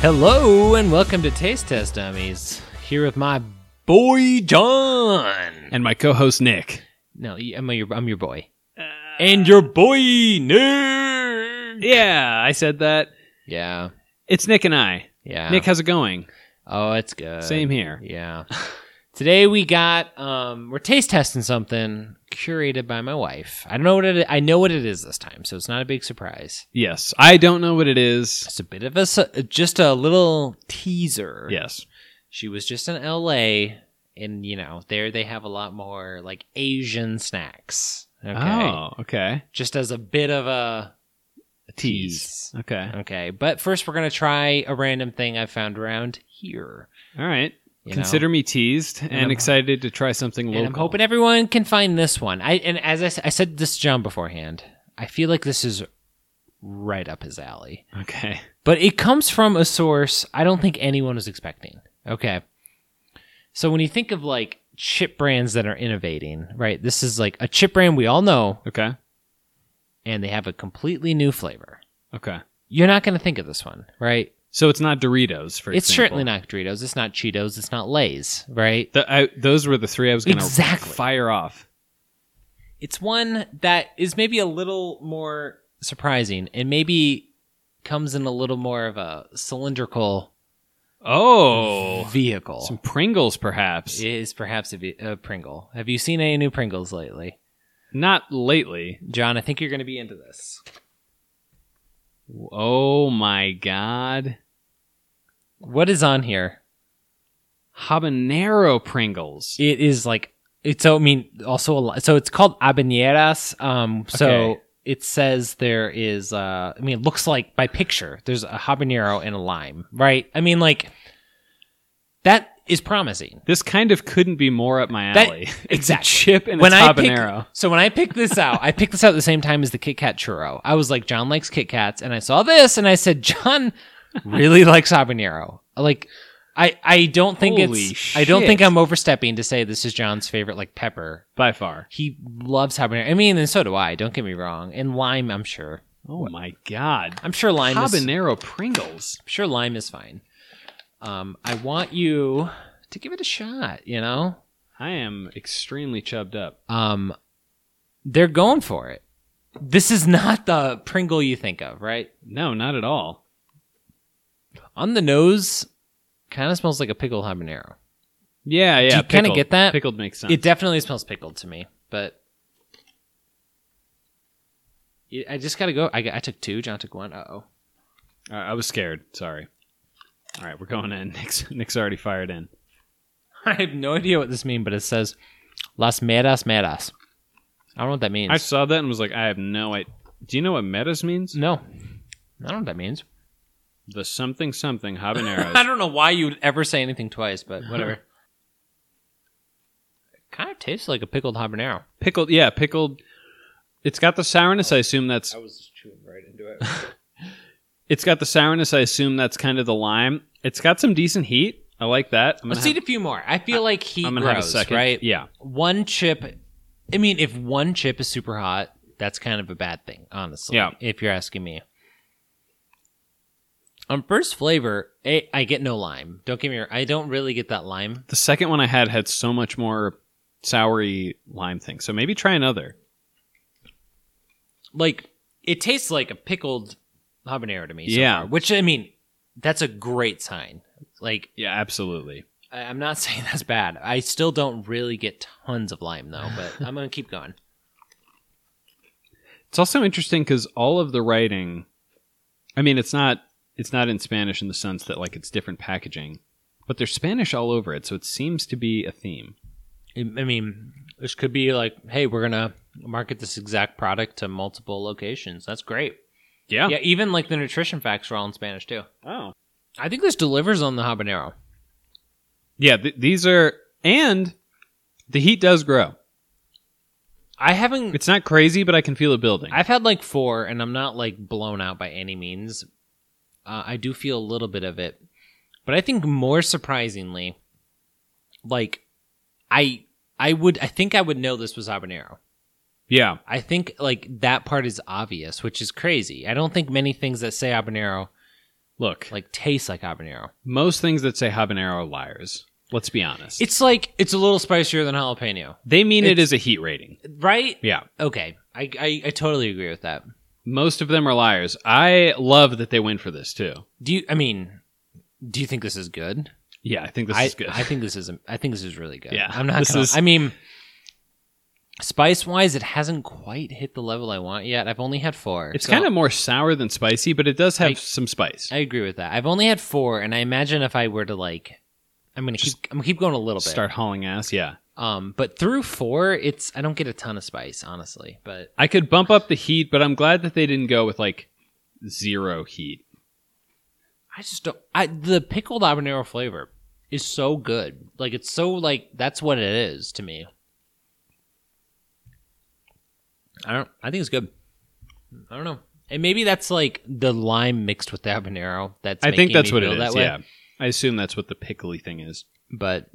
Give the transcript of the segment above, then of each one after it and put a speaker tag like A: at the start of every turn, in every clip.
A: Hello and welcome to Taste Test Dummies. Here with my boy John.
B: and my co-host Nick.
A: No, y- I'm your I'm your boy.
B: Uh,
A: and your boy Nick.
B: Yeah, I said that.
A: Yeah,
B: It's Nick and I.
A: yeah.
B: Nick, how's it going?
A: oh, it's good.
B: Same here.
A: Yeah. Today we got um we're taste testing something curated by my wife. I don't know what it I know what it is this time, so it's not a big surprise.
B: Yes, I don't know what it is.
A: It's a bit of a su- just a little teaser.
B: Yes,
A: She was just in LA and you know, there they have a lot more like Asian snacks. Okay.
B: Oh, okay.
A: Just as a bit of a
B: A tease. Okay.
A: Okay. But first we're gonna try a random thing I found around here.
B: All right.
A: you know?
B: Consider me teased and,
A: I'm-
B: excited to try something local.
A: And I'm hoping everyone can find this one. I and as I, s- I said this to John beforehand, I feel like this is right up his alley.
B: okay.
A: But it comes from a source I don't think anyone was expecting. Okay. So when you think of like chip brands that are innovating, right? This is like a chip brand we all know
B: Okay.
A: and they have a completely new flavor.
B: Okay.
A: You're not going to think of this one, right?
B: So it's not Doritos, for
A: It's
B: example.
A: certainly not Doritos, it's not Cheetos, it's not Lay's, right?
B: The, I, those were the three I was going to
A: Exactly.
B: fire off.
A: it's one that is maybe a little more surprising and maybe comes in a little more of a cylindrical
B: Oh,
A: vehicle
B: some Pringles, perhaps.
A: is perhaps a, ve- a pringle have you seen any new pringles lately
B: Not lately.
A: john i think you're going to be into this
B: Oh my God.
A: what is on here
B: Habanero Pringles.
A: it is like it's so i mean also a lot so it's called habaneras um so
B: Okay.
A: it says there is uh i mean it looks like by picture there's a habanero and a lime right i mean like that is promising
B: This kind of couldn't be more up my
A: That-
B: alley.
A: exactly.
B: It's a chip and
A: when
B: it's
A: I
B: habanero.
A: picked, so when I picked this out, I picked this out at the same time as the Kit Kat churro. I was like, John likes Kit Kats, and I saw this, and I said, John really likes habanero. Like, I I don't think it's
B: Holy
A: I don't think
B: shit.
A: I'm overstepping to say this is John's favorite like pepper.
B: by far.
A: He loves habanero. I mean, and so do I. Don't get me wrong. And lime, I'm sure.
B: Oh my god.
A: I'm sure lime. Is, I'm
B: habanero Pringles.
A: sure lime is fine. Um, I want you to give it a shot. You know,
B: I am extremely chubbed up.
A: um, they're going for it. This is not the Pringle you think of, right?
B: No, not at all.
A: On the nose, kind of smells like a pickled habanero.
B: Yeah, yeah.
A: Do you kinda
B: pickled.
A: get that?
B: Pickled makes sense.
A: It definitely smells pickled to me, but Yeah, I just gotta go. I, I took two. John took one. Uh oh.
B: All right, I was scared. Sorry. All right, we're going in. Nick's, Nick's already fired in.
A: I have no idea what this means, but it says Las Meras Meras. I don't know what that means.
B: I saw that and was like, I have no idea. Do you know what metas means?
A: no, I don't know what that means.
B: The something something
A: I
B: habaneros.
A: don't know why you'd ever say anything twice, but whatever. it kind of tastes like a pickled habanero.
B: pickled, yeah, pickled. It's got the sourness. I assume that's
A: was just chewing right into it.
B: It's got the sourness. I assume that's kind of the lime. It's got some decent heat. I like that. I'm gonna,
A: Let's eat a few more. I feel like heat
B: have, I'm gonna have a
A: grows,
B: second.
A: right?
B: Yeah.
A: One chip. I mean, if one chip is super hot, that's kind of a bad thing, honestly.
B: Yeah.
A: If you're asking me. On Um, first flavor, I, I get no lime. Don't give me. I don't really get that lime.
B: The second one I had had so much more soury lime thing. So maybe try another.
A: Like it tastes like a pickled habanero to me. so
B: Yeah.
A: far, which I mean, that's a great sign. Like
B: Yeah, absolutely.
A: I- I'm not saying that's bad. I still don't really get tons of lime though, but I'm gonna keep going.
B: It's also interesting because all of the writing. I mean, it's not it's not in Spanish in the sense that like it's different packaging, but there's Spanish all over it. So it seems to be a theme.
A: I mean, this could be like, hey, we're gonna market this exact product to multiple locations. That's great.
B: Yeah.
A: Yeah, even like the nutrition facts are all in Spanish too.
B: Oh.
A: I think this delivers on the habanero.
B: Yeah. Th- these are and the heat does grow.
A: I haven't.
B: It's not crazy, but I can feel it building.
A: I've had like four, and I'm not like blown out by any means. Uh, I do feel a little bit of it, but I think more surprisingly, like I I would I think I would know this was habanero.
B: yeah.
A: I think like that part is obvious, which is crazy. I don't think many things that say habanero
B: Look,
A: Like tastes like habanero.
B: most things that say habanero are liars. Let's be honest.
A: It's like it's a little spicier than jalapeno,
B: they mean it
A: it's-
B: as a heat rating.
A: right?
B: Yeah.
A: Okay, I, I I totally agree with that.
B: Most of them are liars. I love that they went for this too.
A: Do you? I mean, do you think this is good?
B: Yeah, I think this
A: I,
B: is good.
A: I think this is. I think this is really good.
B: Yeah,
A: I'm not.
B: this
A: Gonna,
B: is-
A: I mean, spice wise, it hasn't quite hit the level I want yet. I've only had four.
B: it's
A: so
B: kind of more sour than spicy, but it does have
A: I-
B: some spice.
A: I agree with that. I've only had four, and I imagine if I were to like, I'm gonna
B: Just
A: keep. I'm gonna keep going a little bit.
B: Start hauling ass. Yeah.
A: Um, but through four, it's I don't get a ton of spice, honestly. But
B: I could bump up the heat, but I'm glad that they didn't go with like zero heat.
A: I just don't. I the pickled habanero flavor is so good. Like it's so like that's what it is to me. I don't. I think it's good. I don't know. And maybe that's like the lime mixed with the habanero. That's
B: I think
A: making
B: that's
A: me
B: what it
A: feel
B: is.
A: that way.
B: Yeah. I assume that's what the pickly thing is.
A: But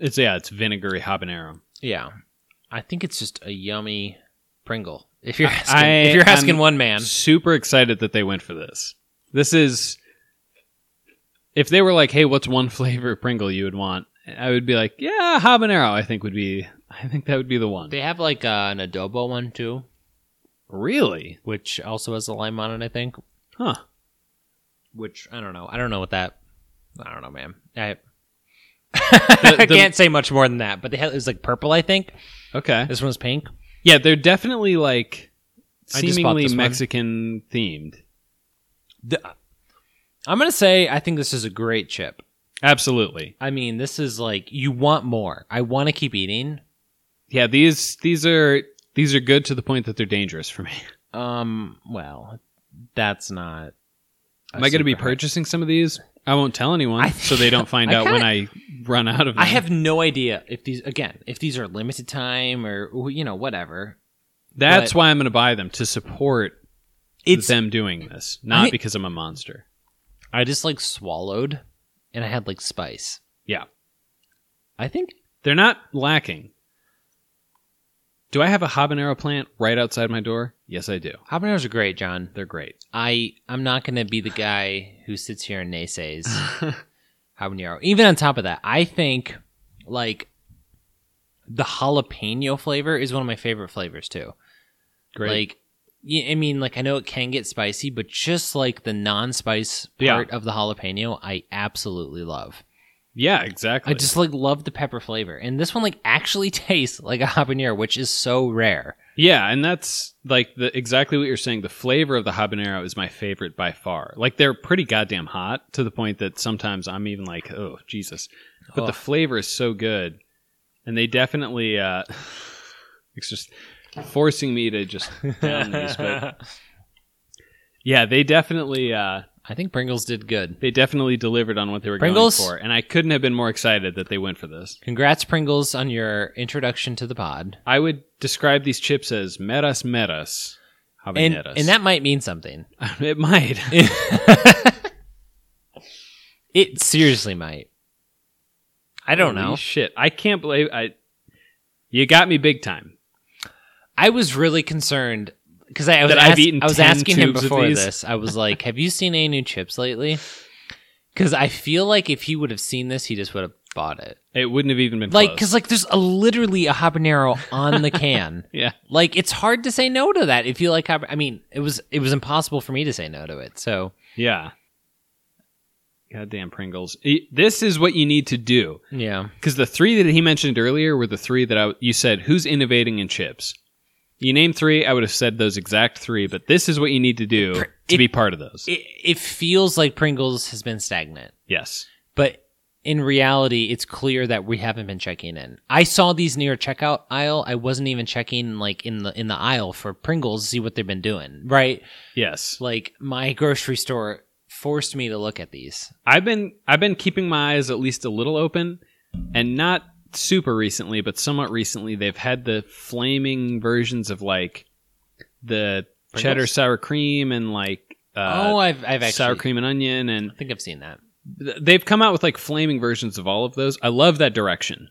B: It's yeah, it's vinegary habanero.
A: yeah, I think it's just a yummy Pringle. If you're asking,
B: I-
A: if you're asking
B: I'm
A: one man,
B: I'm super excited that they went for this. This is if they were like, "Hey, what's one flavor Pringle you would want?" I would be like, "Yeah, habanero." I think would be. I think that would be the one.
A: they have like uh, an adobo one too,
B: really?
A: which also has a lime on it. I think.
B: Huh.
A: which I don't know. I don't know what that. I don't know, man. I,
B: The-
A: I
B: the-
A: can't say much more than that. But they had, it was like purple, I think.
B: Okay.
A: This one's pink.
B: Yeah, they're definitely like
A: I just bought
B: seemingly
A: this one.
B: Mexican themed.
A: The- I'm gonna say I think this is a great chip.
B: Absolutely.
A: I mean, this is like you want more. I want to keep eating.
B: Yeah, these these are these are good to the point that they're dangerous for me.
A: Um, well, that's not. a
B: Am I going to be
A: super high-
B: purchasing some of these? I won't tell anyone
A: I-
B: so they don't find
A: I
B: out when I run out of them.
A: I have no idea if these again if these are limited time or you know whatever.
B: That's
A: but-
B: why I'm going to buy them to support
A: It's
B: them doing this, not
A: I-
B: because I'm a monster.
A: I just like swallowed, and I had like spice.
B: Yeah.
A: I think
B: They're not lacking. Do I have a habanero plant right outside my door? Yes, I do.
A: habaneros are great, John.
B: They're great.
A: I I'm not gonna be the guy who sits here and naysays habanero. Even on top of that, I think like the jalapeno flavor is one of my favorite flavors too.
B: Great.
A: Like, yeah, I mean, like I know it can get spicy, but just like the non-spice
B: Yeah.
A: part of the jalapeno, I absolutely love.
B: yeah, exactly.
A: I just like love the pepper flavor, and this one like actually tastes like a habanero, which is so rare.
B: Yeah, and that's like the exactly what you're saying. The flavor of the habanero is my favorite by far. Like they're pretty goddamn hot to the point that sometimes I'm even like, oh Jesus. But
A: Oh.
B: the flavor is so good, and they definitely uh, it's just forcing me to just down these. But yeah, they definitely uh,
A: I think Pringles did good.
B: they definitely delivered on what they were
A: Pringles?
B: going for, and I couldn't have been more excited that they went for this.
A: Congrats, Pringles, on your introduction to the pod.
B: I would describe these chips as meras meras
A: and,
B: habaneras,
A: and that might mean something.
B: it might.
A: It seriously might. I don't
B: Holy
A: know.
B: Shit, I can't believe I. You got me big time.
A: I was really concerned because I, I was,
B: That I've
A: ask-
B: eaten
A: I was
B: 10
A: asking him
B: tubes of
A: before
B: these.
A: this. I was like, "Have you seen any new chips lately?" Because I feel like if he would have seen this, he just would have bought it.
B: It wouldn't have even been
A: Like,
B: close.
A: because like there's a, literally a habanero on the can.
B: yeah,
A: Like it's hard to say no to that if you like. Haban- I mean, it was it was impossible for me to say no to it. So
B: yeah. Goddamn Pringles! E- This is what you need to do
A: yeah,
B: because the three that he mentioned earlier were the three that I, you said who's innovating in chips. You name three, I would have said those exact three, but this is what you need to do
A: Pr-
B: to
A: it-
B: be part of those.
A: it, it feels like Pringles has been stagnant.
B: yes,
A: but in reality it's clear that we haven't been checking in i saw these near checkout aisle i wasn't even checking like in the in the aisle for pringles to see what they've been doing right
B: yes.
A: like my grocery store forced me to look at these
B: I've been I've been keeping my eyes at least a little open, and not super recently, but somewhat recently. They've had the flaming versions of like the
A: Pringles?
B: cheddar sour cream and like
A: oh
B: uh,
A: i've i've actually
B: sour cream and onion, and
A: i think i've seen that
B: th- they've come out with like flaming versions of all of those. I love that direction.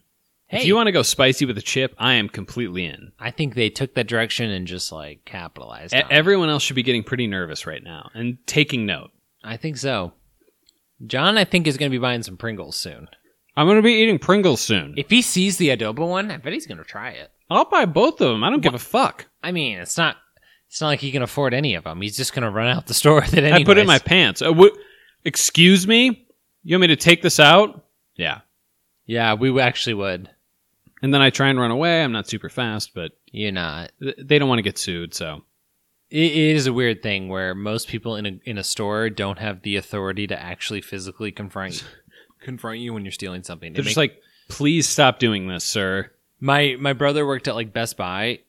B: If you want to go spicy with a chip, I am completely in.
A: I think they took that direction and just like capitalized.
B: E-
A: on it.
B: everyone else should be getting pretty nervous right now and taking note.
A: I think so. John, I think is going to be buying some Pringles soon.
B: I'm going to be eating Pringles soon.
A: If he sees the adobo one, I bet he's going to try it.
B: I'll buy both of them. I don't give a fuck.
A: I mean, it's not. It's not like he can afford any of them. He's just going to run out the store with it.
B: I put it in my
A: anyways.
B: pants. Uh, wh- excuse me? You want me to take this out? Yeah.
A: Yeah, we actually would.
B: And then I try and run away. I'm not super fast, but
A: You're not.
B: th- they don't want to get sued, so.
A: It it is a weird thing where most people in a in a store don't have the authority to actually physically confront confront you when you're stealing something. It
B: They're just
A: make-
B: like, please stop doing this, sir.
A: my my brother worked at like Best Buy,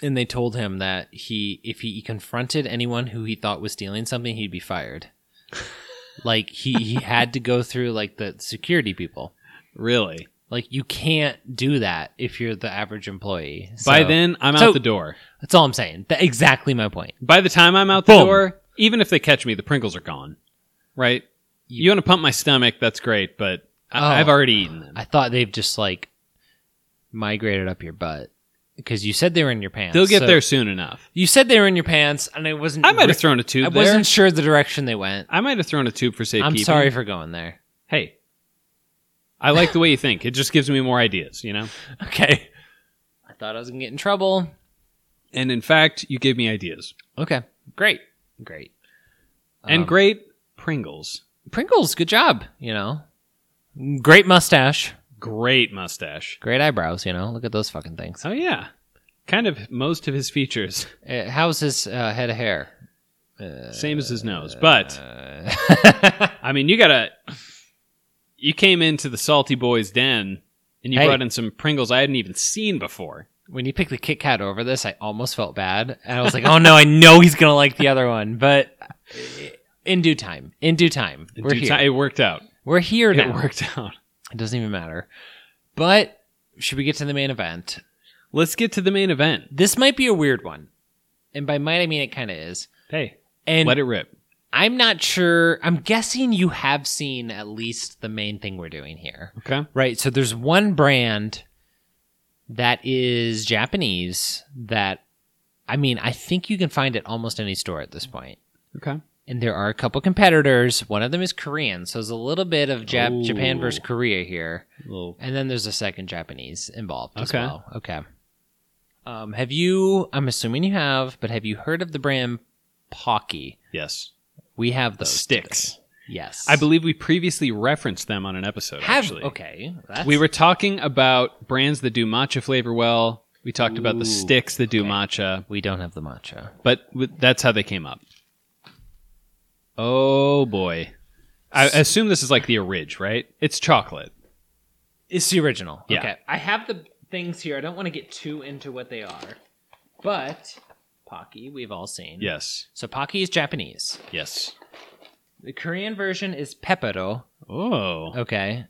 A: and they told him that he if he confronted anyone who he thought was stealing something, he'd be fired. like he he had to go through like the security people.
B: Really?
A: Like you can't do that if you're the average employee.
B: By
A: So,
B: then, I'm
A: so-
B: out the door.
A: that's all I'm saying. That, exactly my point.
B: By the time I'm out the
A: Boom.
B: door, even if they catch me, the Pringles are gone. Right? You, want to pump my stomach? That's great, but I-
A: Oh.
B: I've already eaten them.
A: I thought they've just like migrated up your butt because you said they were in your pants.
B: They'll get
A: so-
B: there soon enough.
A: You said they were in your pants, and I wasn't.
B: I might have thrown a tube
A: I
B: there.
A: wasn't sure the direction they went.
B: I might have thrown a tube for safekeeping.
A: I'm sorry for going there.
B: Hey, I like the way you think. It just gives me more ideas, you know?
A: Okay. I thought I was gonna get in trouble.
B: And in fact, you gave me ideas.
A: Okay. Great. Great.
B: and
A: Um,
B: great Pringles.
A: Pringles. Good job. You know. Great mustache.
B: Great mustache.
A: Great eyebrows. You know. Look at those fucking things.
B: Oh, yeah. Kind of most of his features,
A: Uh, how's his uh, head of hair?
B: same as his nose. But,
A: Uh,
B: I mean, you gotta. You came into the Salty Boys den and you
A: Hey.
B: brought in some Pringles I hadn't even seen before.
A: when you picked the Kit Kat over this, I almost felt bad, and I was like, "Oh no, I know he's gonna like the other one." But in due time, in due time,
B: In
A: we're
B: due
A: here.
B: time- it worked out.
A: We're here
B: It
A: now.
B: worked out.
A: It doesn't even matter. But should we get to the main event?
B: Let's get to the main event.
A: This might be a weird one, and by might I mean it kind of is.
B: Hey,
A: And
B: let it rip.
A: I'm not sure. I'm guessing you have seen at least the main thing we're doing here,
B: Okay.
A: right? So there's one brand that is Japanese that. I mean, I think you can find it almost any store at this point.
B: Okay.
A: And there are a couple competitors. One of them is Korean, so there's a little bit of Jap- Japan
B: Ooh.
A: versus Korea here.
B: Little
A: And then there's a second Japanese involved as
B: Okay.
A: well. Okay. Um, have you? I'm assuming you have, but have you heard of the brand Pocky?
B: yes.
A: We have
B: The
A: those
B: sticks.
A: today. Yes,
B: I believe we previously referenced them on an episode.
A: have.
B: actually,
A: Okay, that's,
B: we were talking about brands that do matcha flavor well. We talked about
A: Ooh,
B: the sticks that do
A: okay.
B: matcha,
A: We don't have the matcha.
B: but w- that's how they came up. Oh boy, I assume this is like the orig, right? It's chocolate.
A: It's the original.
B: Yeah.
A: Okay, I have the things here. I don't want to get too into what they are, but Pocky we've all seen.
B: Yes,
A: So Pocky is Japanese.
B: yes.
A: The Korean version is Pepero.
B: Oh,
A: Okay.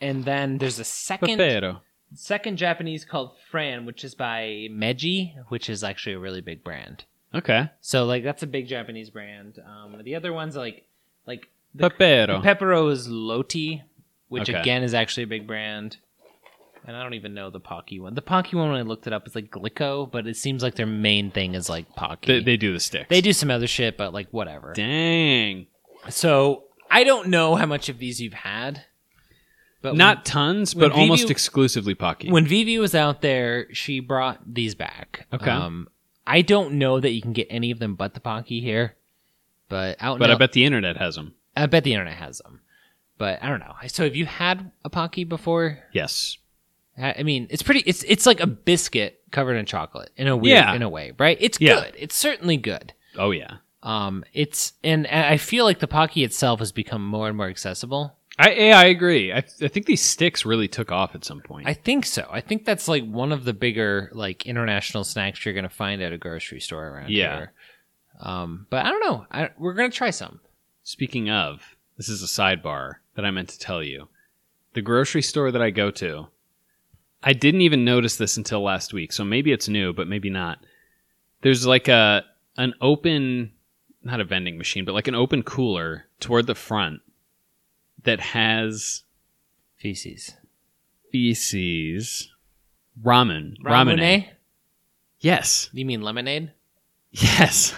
A: And then there's a second
B: Pepero.
A: second Japanese called Fran, which is by Meiji, which is actually a really big brand.
B: Okay,
A: So like that's a big Japanese brand. Um, the other ones like like
B: Pepero.
A: Pepero is Loti, which
B: Oh. Okay.
A: again is actually a big brand. And I don't even know the Pocky one. The Pocky one when I looked it up is like Glico, but it seems like their main thing is like Pocky.
B: They, they do the sticks.
A: They do some other shit, but like whatever.
B: Dang,
A: So I don't know how much of these you've had. But
B: not tons,
A: when
B: but almost
A: Vivi-
B: exclusively Pocky.
A: when Vivi was out there, she brought these back.
B: Okay.
A: Um, I don't know that you can get any of them but the Pocky here, but out.
B: but
A: in
B: I bet the internet has them.
A: El- I bet the internet has them, but I don't know. So have you had a Pocky before?
B: Yes.
A: I I mean, it's pretty. It's it's like a biscuit covered in chocolate in a weird
B: Yeah.
A: in a way, right? It's
B: Yeah.
A: good. It's certainly good.
B: Oh yeah.
A: Um, it's and I feel like the Pocky itself has become more and more accessible.
B: I yeah, I agree. I, I think these sticks really took off at some point.
A: I think so. I think that's like one of the bigger like international snacks you're gonna find at a grocery store around
B: Yeah.
A: here. Um, but I don't know. I, we're gonna try some.
B: Speaking of, this is a sidebar that I meant to tell you. The grocery store that I go to, I didn't even notice this until last week, so maybe it's new, but maybe not. There's like a an open not a vending machine, but like an open cooler toward the front that has
A: Feces.
B: species ramen.
A: Ramune?
B: Yes.
A: You mean lemonade?
B: Yes.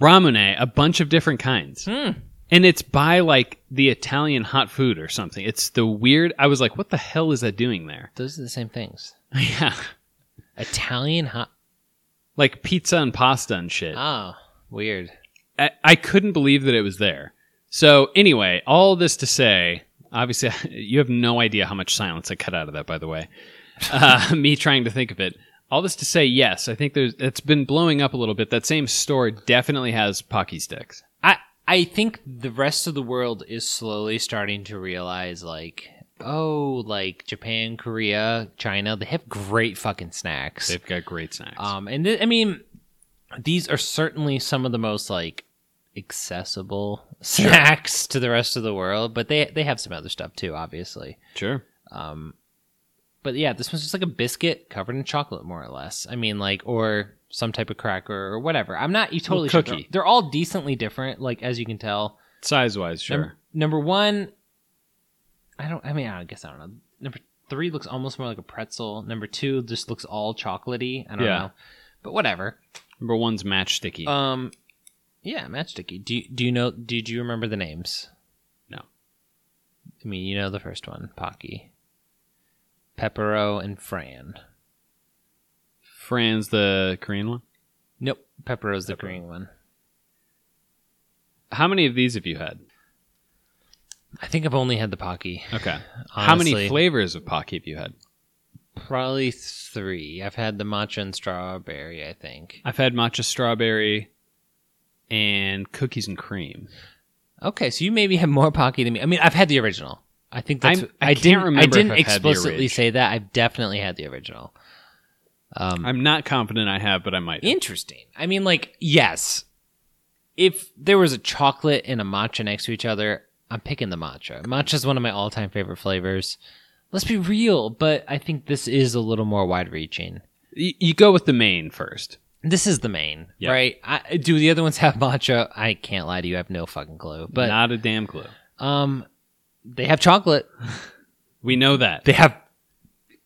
B: Ramune, a bunch of different kinds.
A: Hmm.
B: And it's by like the Italian hot food or something. It's the weird. I was like, what the hell is that doing there?
A: Those are the same things.
B: yeah.
A: Italian hot.
B: Like pizza and pasta and shit.
A: Oh, weird.
B: I, I couldn't believe that it was there. So, anyway, all this to say, obviously, you have no idea how much silence I cut out of that, by the way. Uh, me trying to think of it. All this to say, yes, I think there's. It's been blowing up a little bit. That same store definitely has Pocky sticks.
A: I I think the rest of the world is slowly starting to realize like oh like Japan, Korea, China, they have great fucking snacks.
B: They've got great snacks.
A: Um and th- I mean these are certainly some of the most like accessible snacks to the rest of the world, but they they have some other stuff too, obviously.
B: sure.
A: Um but yeah, this one's just like a biscuit covered in chocolate more or less. I mean like or some type of cracker or whatever. I'm not you totally sure. They're-
B: cookie.
A: they're all decently different like as you can tell.
B: Size wise, sure.
A: Num- number one, I don't. I mean, I guess I don't know. Number three looks almost more like a pretzel. Number two just looks all chocolatey. I don't
B: Yeah.
A: know, but whatever.
B: Number one's matchsticky.
A: Um, yeah, matchsticky. Do you, do you know? Did you remember the names?
B: No.
A: I mean, you know the first one, Pocky, Peppero, and Fran.
B: Fran's the Korean one.
A: Nope, Peppero's the green one.
B: How many of these have you had?
A: I think I've only had the Pocky.
B: Okay. How many
A: Honestly.
B: flavors of Pocky have you had?
A: Probably three. I've had the matcha and strawberry. I think.
B: I've had matcha strawberry and cookies and cream.
A: Okay, so you maybe have more Pocky than me. I mean, I've had the original. I think that's.
B: I'm- I can't
A: didn't
B: remember
A: I
B: if
A: didn't
B: I've had the
A: explicitly
B: orig.
A: say that. I've definitely had the original. Um,
B: I'm not confident I have, but I might. have.
A: interesting. I mean, like, yes, if there was a chocolate and a matcha next to each other, I'm picking the matcha. Matcha is one of my all-time favorite flavors. Let's be real, but I think this is a little more wide-reaching.
B: Y- you go with the main first.
A: This is the main,
B: Yeah.
A: right? I, do the other ones have matcha? I can't lie to you. I have no fucking clue. But
B: not a damn clue.
A: um, they have chocolate.
B: We know that,
A: They have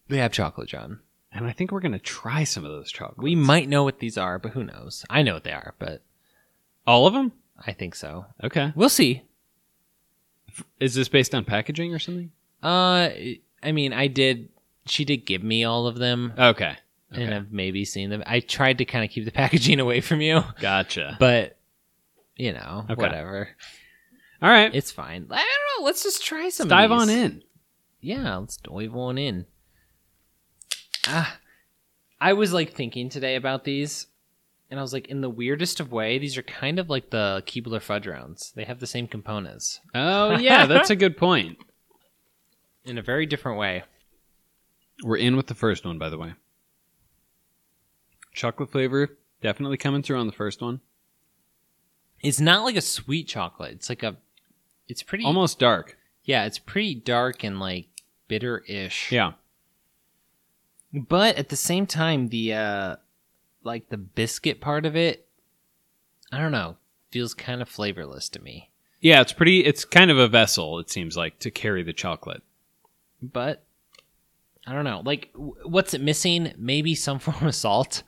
A: they have chocolate, John.
B: and I think we're gonna try some of those chocolates.
A: We might know what these are, but who knows? I know what they are, but
B: all of them.
A: I think so.
B: Okay.
A: We'll see.
B: Is this based on packaging or something?
A: Uh I mean, I did she did give me all of them uh,
B: Okay. Okay.
A: and I've maybe seen them. I tried to kind of keep the packaging away from you,
B: gotcha.
A: but you know,
B: Okay.
A: whatever.
B: All right.
A: It's fine. I don't know. Let's just try some.
B: Let's
A: of
B: dive on
A: these.
B: in.
A: Yeah, let's dive on in. Ah, I was like thinking today about these, and I was like, in the weirdest of way, these are kind of like the Keebler fudge rounds. They have the same components
B: Oh yeah, that's a good point.
A: in a very different way.
B: We're in with the first one, by the way. Chocolate flavor definitely coming through on the first one.
A: It's not like a sweet chocolate. It's like a, it's pretty
B: Almost dark.
A: yeah, it's pretty dark and like bitter-ish.
B: Yeah.
A: But at the same time, the uh like the biscuit part of it, I don't know, feels kind of flavorless to me.
B: Yeah, it's pretty. It's kind of a vessel. It seems like to carry the chocolate.
A: but I don't know. Like, w- what's it missing? Maybe some form of salt.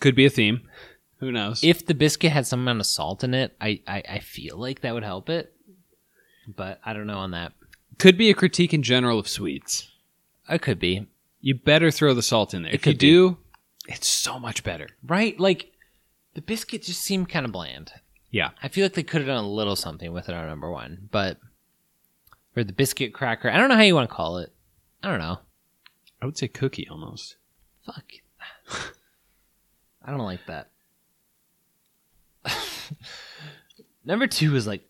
B: Could be a theme. Who knows?
A: If the biscuit had some amount of salt in it, I, I, I feel like that would help it. But I don't know on that.
B: Could be a critique in general of sweets.
A: I could be
B: You better throw the salt in there.
A: It
B: if you
A: could be.
B: do, it's so much better.
A: right. Like, the biscuit just seemed kind of bland.
B: Yeah.
A: I feel like they could have done a little something with it on number one, but or the biscuit cracker. I don't know how you want to call it. I don't know.
B: I would say cookie almost.
A: Fuck. I don't like that. Number two is like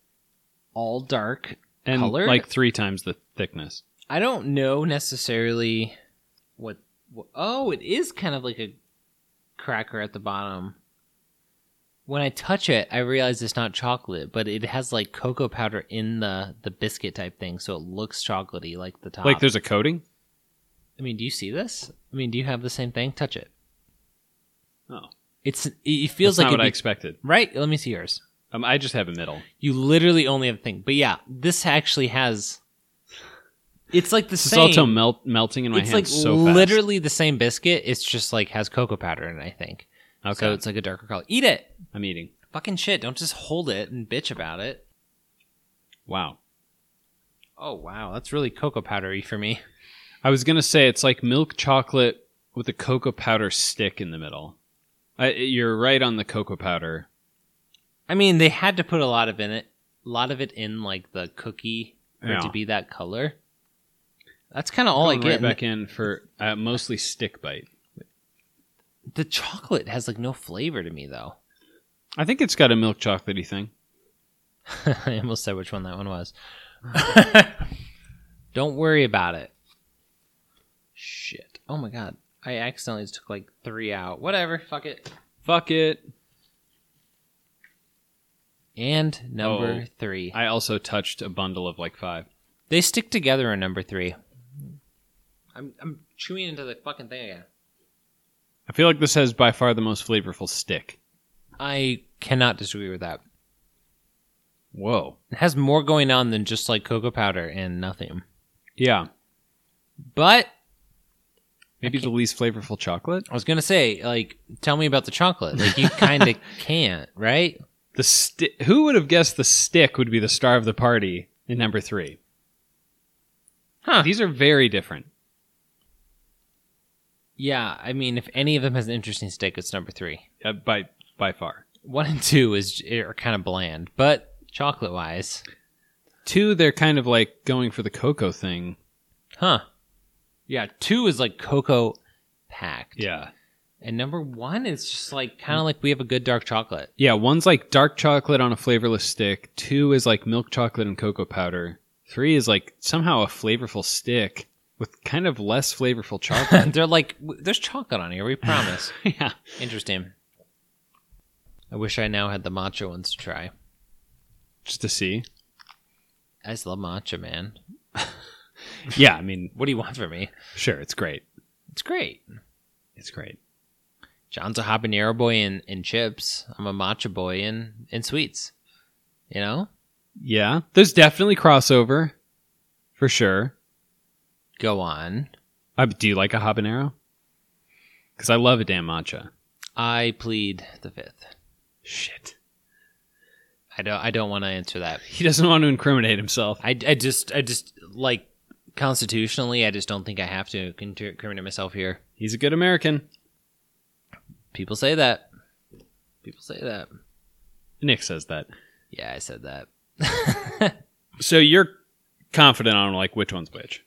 A: all dark.
B: And
A: Color?
B: like three times the thickness.
A: I don't know necessarily what, what. Oh, it is kind of like a cracker at the bottom. When I touch it, I realize it's not chocolate, but it has like cocoa powder in the the biscuit type thing, so it looks chocolatey like the top.
B: Like there's a coating?
A: I mean, do you see this? I mean, do you have the same thing? Touch it.
B: Oh.
A: It's it feels
B: That's
A: like
B: not
A: it'd
B: what I
A: be
B: expected.
A: Right? Let me see yours.
B: Um, I just have a middle.
A: You literally only have a thing. But yeah, this actually has It's like the
B: This is
A: same.
B: also melt, melting in my
A: it's
B: hands
A: like
B: so fast.
A: literally the same biscuit. It's just like has cocoa powder in it, I think.
B: Okay.
A: So it's like a darker color. Eat it.
B: I'm eating.
A: Fucking shit. Don't just hold it and bitch about it.
B: Wow.
A: Oh wow, that's really cocoa powdery for me.
B: I was gonna say it's like milk chocolate with a cocoa powder stick in the middle. I, you're right on the cocoa powder.
A: I mean, they had to put a lot of in it, a lot of it in like the cookie for it to
B: Yeah.
A: be that color. That's kind of all I
B: Going
A: get.
B: right back in for uh, mostly stick bite.
A: the chocolate has like no flavor to me though.
B: I think it's got a milk chocolatey thing.
A: I almost said which one that one was. Don't worry about it. Shit. Oh my god. I accidentally just took like three out. Whatever. Fuck it.
B: Fuck it.
A: And number
B: Oh.
A: three.
B: I also touched a bundle of like five.
A: They stick together in number three. I'm, I'm chewing into the fucking thing again.
B: I feel like this has by far the most flavorful stick.
A: I cannot disagree with that.
B: Whoa.
A: It has more going on than just like cocoa powder and nothing.
B: Yeah.
A: But
B: Maybe the least flavorful chocolate?
A: I was gonna say, like, tell me about the chocolate. Like, you kind of can't, right?
B: The sti- who would have guessed the stick would be the star of the party in number 3?
A: Huh?
B: These are very different.
A: Yeah. I mean, if any of them has an interesting stick, it's number three.
B: Uh, by by far.
A: One and two is are kind of bland, but chocolate wise,
B: Two, they're kind of like going for the cocoa thing.
A: huh? Yeah. Two is like cocoa packed.
B: Yeah.
A: And number one is just like kind of like we have a good dark chocolate.
B: Yeah, one's like dark chocolate on a flavorless stick. Two is like milk chocolate and cocoa powder. Three is like somehow a flavorful stick with kind of less flavorful chocolate.
A: They're like, "W- there's chocolate on here. We promise.
B: yeah.
A: Interesting. I wish I now had the matcha ones to try.
B: Just to see.
A: I just love matcha, man.
B: Yeah, I mean,
A: What do you want from me?
B: sure, it's great.
A: It's great.
B: It's great.
A: John's a habanero boy in, in chips. I'm a matcha boy in, in sweets. You know?
B: Yeah. There's definitely crossover. For sure.
A: Go on.
B: I, do you like a habanero? Because I love a damn matcha.
A: I plead the fifth.
B: Shit.
A: I don't I don't want to answer that.
B: He doesn't want to incriminate himself.
A: I, I just I just like constitutionally I just don't think I have to inter- incriminate myself here.
B: He's a good American.
A: People say that. People say that.
B: Nick says that.
A: Yeah, I said that.
B: So you're confident on like which one's which.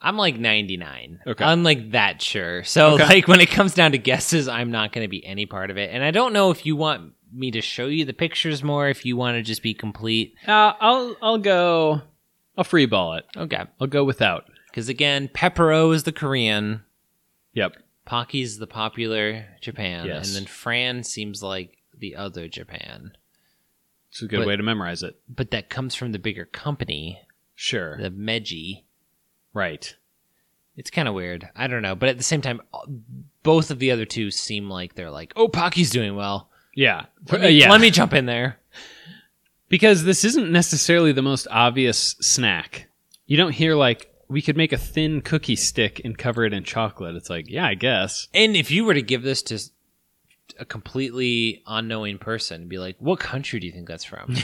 A: I'm like 99.
B: Okay.
A: I'm like that sure. So
B: Okay.
A: like when it comes down to guesses, I'm not going to be any part of it. And I don't know if you want me to show you the pictures more if you want to just be complete.
B: Uh, I'll I'll go. I'll free ball it.
A: Okay.
B: I'll go without.
A: Cuz again, Pepero is the Korean,
B: Yep.
A: Pocky's the popular Japan,
B: Yes.
A: and then Fran seems like the other Japan.
B: It's a good
A: But-
B: way to memorize it.
A: But that comes from the bigger company,
B: Sure.
A: the Meiji.
B: Right.
A: It's kind of weird. I don't know, but at the same time uh, both of the other two seem like they're like, "Oh, Pocky's doing well.
B: Yeah.
A: Let
B: Uh,
A: me-
B: yeah.
A: let me jump in there."
B: because this isn't necessarily the most obvious snack. You don't hear like we could make a thin cookie stick and cover it in chocolate. It's like, yeah, I guess.
A: And if you were to give this to s- a completely unknowing person, be like, "What country do you think that's from?"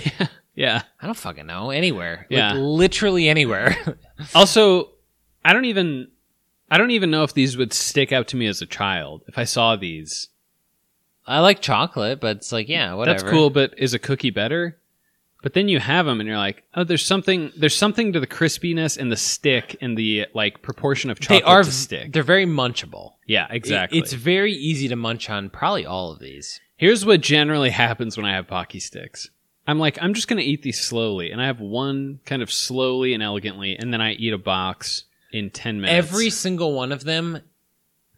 B: Yeah.
A: I don't fucking know. Anywhere,
B: Yeah.
A: like literally anywhere.
B: Also, I don't even I don't even know if these would stick out to me as a child if I saw these.
A: I like chocolate, but it's like, yeah, whatever.
B: That's cool, but is a cookie better? But then you have them, and you're like, oh, there's something. There's something to the crispiness and the stick and the like proportion of
A: They
B: chocolate
A: are.
B: to stick.
A: They're very munchable.
B: Yeah, exactly.
A: It- It's very easy to munch on probably all of these.
B: Here's what generally happens when I have pocky sticks. I'm like, I'm just gonna eat these slowly, and I have one kind of slowly and elegantly, and then I eat a box in ten minutes.
A: Every single one of them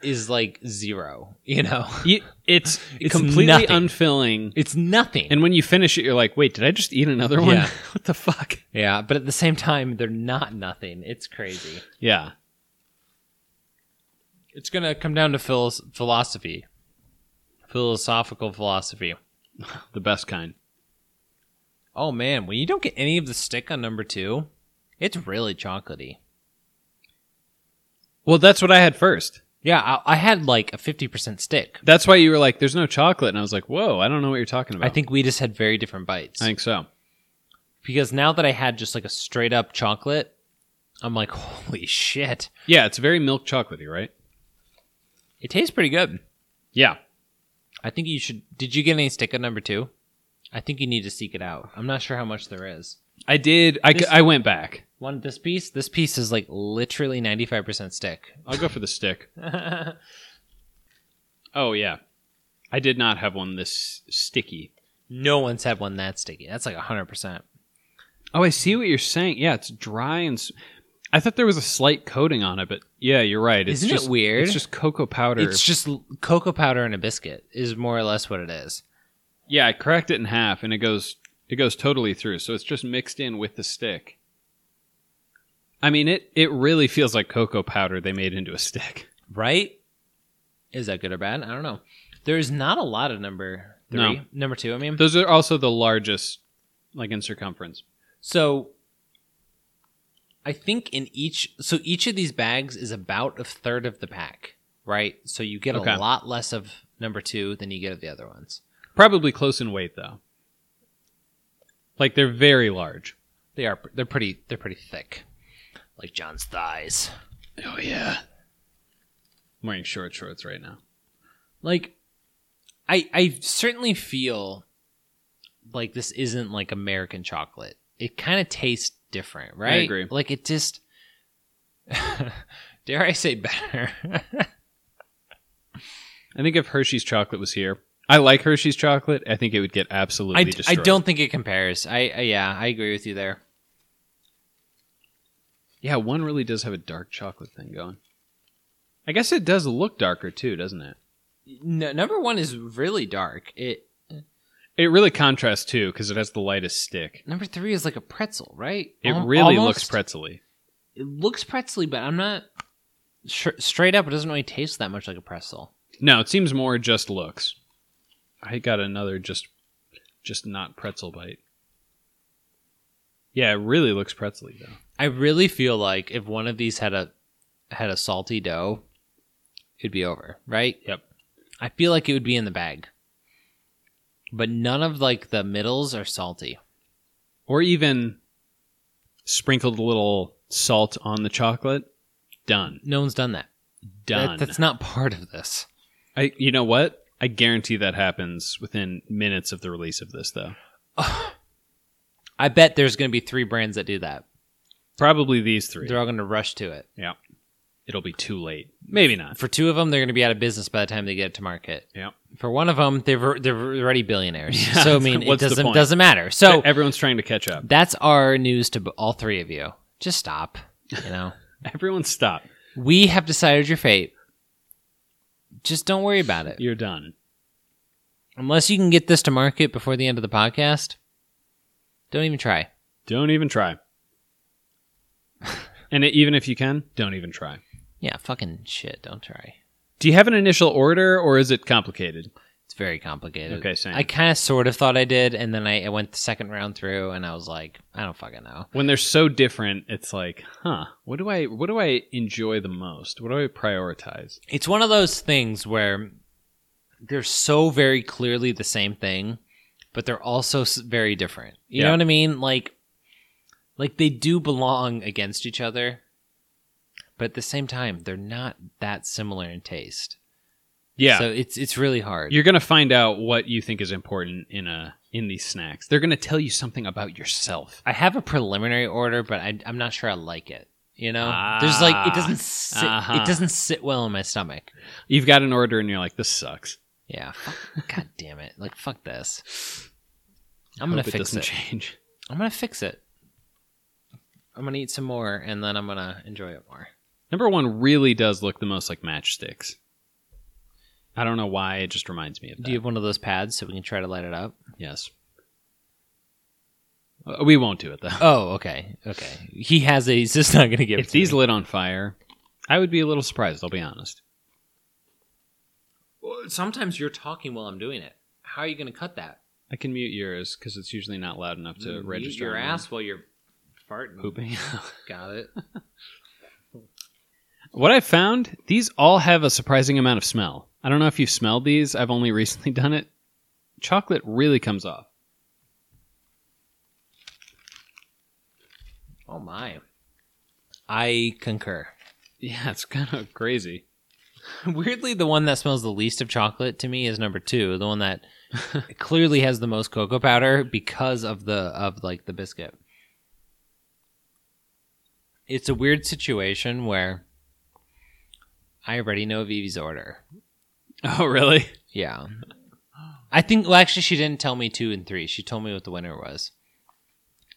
A: is like zero. You know,
B: You- it's,
A: It's
B: completely
A: nothing.
B: unfilling.
A: it's nothing.
B: And when you finish it, you're like, wait, did I just eat another one?
A: Yeah.
B: what the fuck?
A: yeah, but at the same time, they're not nothing. It's crazy.
B: Yeah.
A: It's gonna come down to phil- philosophy, philosophical philosophy.
B: The best kind.
A: Oh man, when you don't get any of the stick on number two, it's really chocolatey.
B: Well, that's what I had first.
A: Yeah, I, I had like a 50% stick.
B: That's why you were like, "There's no chocolate," and I was like, "Whoa, I don't know what you're talking about."
A: I think we just had very different bites.
B: I think so.
A: because now that I had just like a straight up chocolate, I'm like, holy shit.
B: Yeah, it's very milk chocolatey, right?
A: It tastes pretty good.
B: Yeah.
A: I think you should. Did you get any stick at number two? I think you need to seek it out. I'm not sure how much there is.
B: I did. I,
A: This-
B: I went back.
A: One this piece, this piece is like literally 95% stick.
B: I'll go for the stick. Oh yeah, I did not have one this sticky.
A: no one's had one that sticky. That's like 100%.
B: Oh, I see what you're saying. Yeah, it's dry and. s- I thought there was a slight coating on it, but yeah, you're right. It's
A: Isn't it
B: just,
A: weird?
B: It's just cocoa powder.
A: It's just l- cocoa powder and a biscuit is more or less what it is.
B: yeah, I cracked it in half, and it goes it goes totally through. So it's just mixed in with the stick. I mean it. It really feels like cocoa powder they made into a stick.
A: Right? Is that good or bad? I don't know. There's not a lot of number
B: No.
A: three. Number two, I mean.
B: Those are also the largest, like in circumference.
A: So I think in each so each of these bags is about a third of the pack, right? So you get
B: Okay.
A: a lot less of number 2 than you get of the other ones.
B: Probably close in weight though. Like they're very large.
A: They are they're pretty they're pretty thick. Like John's thighs.
B: Oh yeah. I'm wearing short shorts right now.
A: Like I I certainly feel like this isn't like American chocolate. It kind of tastes different, right?
B: agree.
A: Like it just dare I say better.
B: I think if Hershey's chocolate was here, I like Hershey's chocolate. I think it would get absolutely
A: I, d- I
B: destroyed.
A: don't think it compares. I, I yeah, I agree with you there.
B: Yeah, one really does have a dark chocolate thing going. I guess it does look darker too, doesn't it?
A: No, number one is really dark. It
B: It really contrasts too because it has the lightest stick.
A: number three is like a pretzel, right?
B: It
A: Al-
B: really
A: almost.
B: looks pretzely.
A: It looks pretzely, but I'm not sh- straight up. It doesn't really taste that much like a pretzel.
B: No, it seems more just looks. I got another just just not pretzel bite. Yeah, it really looks pretzely though.
A: I really feel like if one of these had a had a salty dough, it'd be over, right?
B: Yep.
A: I feel like it would be in the bag, but none of like the middles are salty.
B: Or even sprinkled a little salt on the chocolate. Done.
A: No one's done that. That-
B: Done.
A: that's not part of this.
B: I you know what? I guarantee that happens within minutes of the release of this though.
A: I bet there's going to be three brands that do that.
B: Probably these 3.
A: They're all going to rush to it.
B: yeah. It'll be too late. Maybe not.
A: For two of them, they're going to be out of business by the time they get it to market.
B: Yeah.
A: For one of them, they're they're already billionaires.
B: Yeah,
A: so I mean, it
B: what's the
A: doesn't
B: point?
A: doesn't matter. So
B: everyone's trying to catch up.
A: that's our news to b- all three of you. Just stop. You know,
B: Everyone stop.
A: we have decided your fate. Just don't worry about it.
B: You're done.
A: Unless you can get this to market before the end of the podcast, don't even try.
B: Don't even try. and it, even if you can, don't even try.
A: Yeah, fucking shit. Don't try.
B: Do you have an initial order or is it complicated?
A: It's very complicated.
B: Okay, same.
A: I kind of sort of thought I did, and then I, I went the second round through, and I was like, I don't fucking know.
B: When they're so different, it's like, huh, what do I what do I enjoy the most? What do I prioritize?
A: It's one of those things where they're so very clearly the same thing, but they're also s- very different. You
B: Yeah.
A: know what I mean? Like, like they do belong against each other, but at the same time, they're not that similar in taste.
B: Yeah.
A: So it's it's really hard.
B: you're going to find out what you think is important in a in these snacks. They're going to tell you something about yourself.
A: I have a preliminary order, but I, I'm not sure I like it. You know, there's like it doesn't sit,
B: uh-huh.
A: it doesn't sit well in my stomach.
B: You've got an order and you're like, this sucks.
A: Yeah, fuck, god damn it! Like fuck this. I'm
B: Hope
A: gonna
B: it
A: fix
B: doesn't
A: it.
B: change.
A: I'm gonna fix it. I'm gonna eat some more, and then I'm gonna enjoy it more.
B: Number one really does look the most like matchsticks. I don't know why. It just reminds me of that.
A: Do you have one of those pads so we can try to light it up?
B: Yes. Uh, we won't do it though.
A: Oh, okay, okay. He has it. He's just not gonna give it
B: if
A: to
B: these
A: me.
B: lit on fire, I would be a little surprised. I'll be honest.
A: Sometimes you're talking while I'm doing it. How are you gonna cut that?
B: I can mute yours because it's usually not loud enough to
A: Mute
B: register
A: Mm, your
B: on
A: ass while you're farting.
B: pooping.
A: Got it.
B: What I've found, these all have a surprising amount of smell. I don't know if you've smelled these. I've only recently done it. Chocolate really comes off.
A: Oh my. I concur.
B: Yeah, it's kind of crazy.
A: Weirdly, the one that smells the least of chocolate to me is number two, the one that clearly has the most cocoa powder because of the of like the biscuit. It's a weird situation where I already know Vivi's order.
B: Oh, really?
A: Yeah. I think well actually she didn't tell me two and three. She told me what the winner was.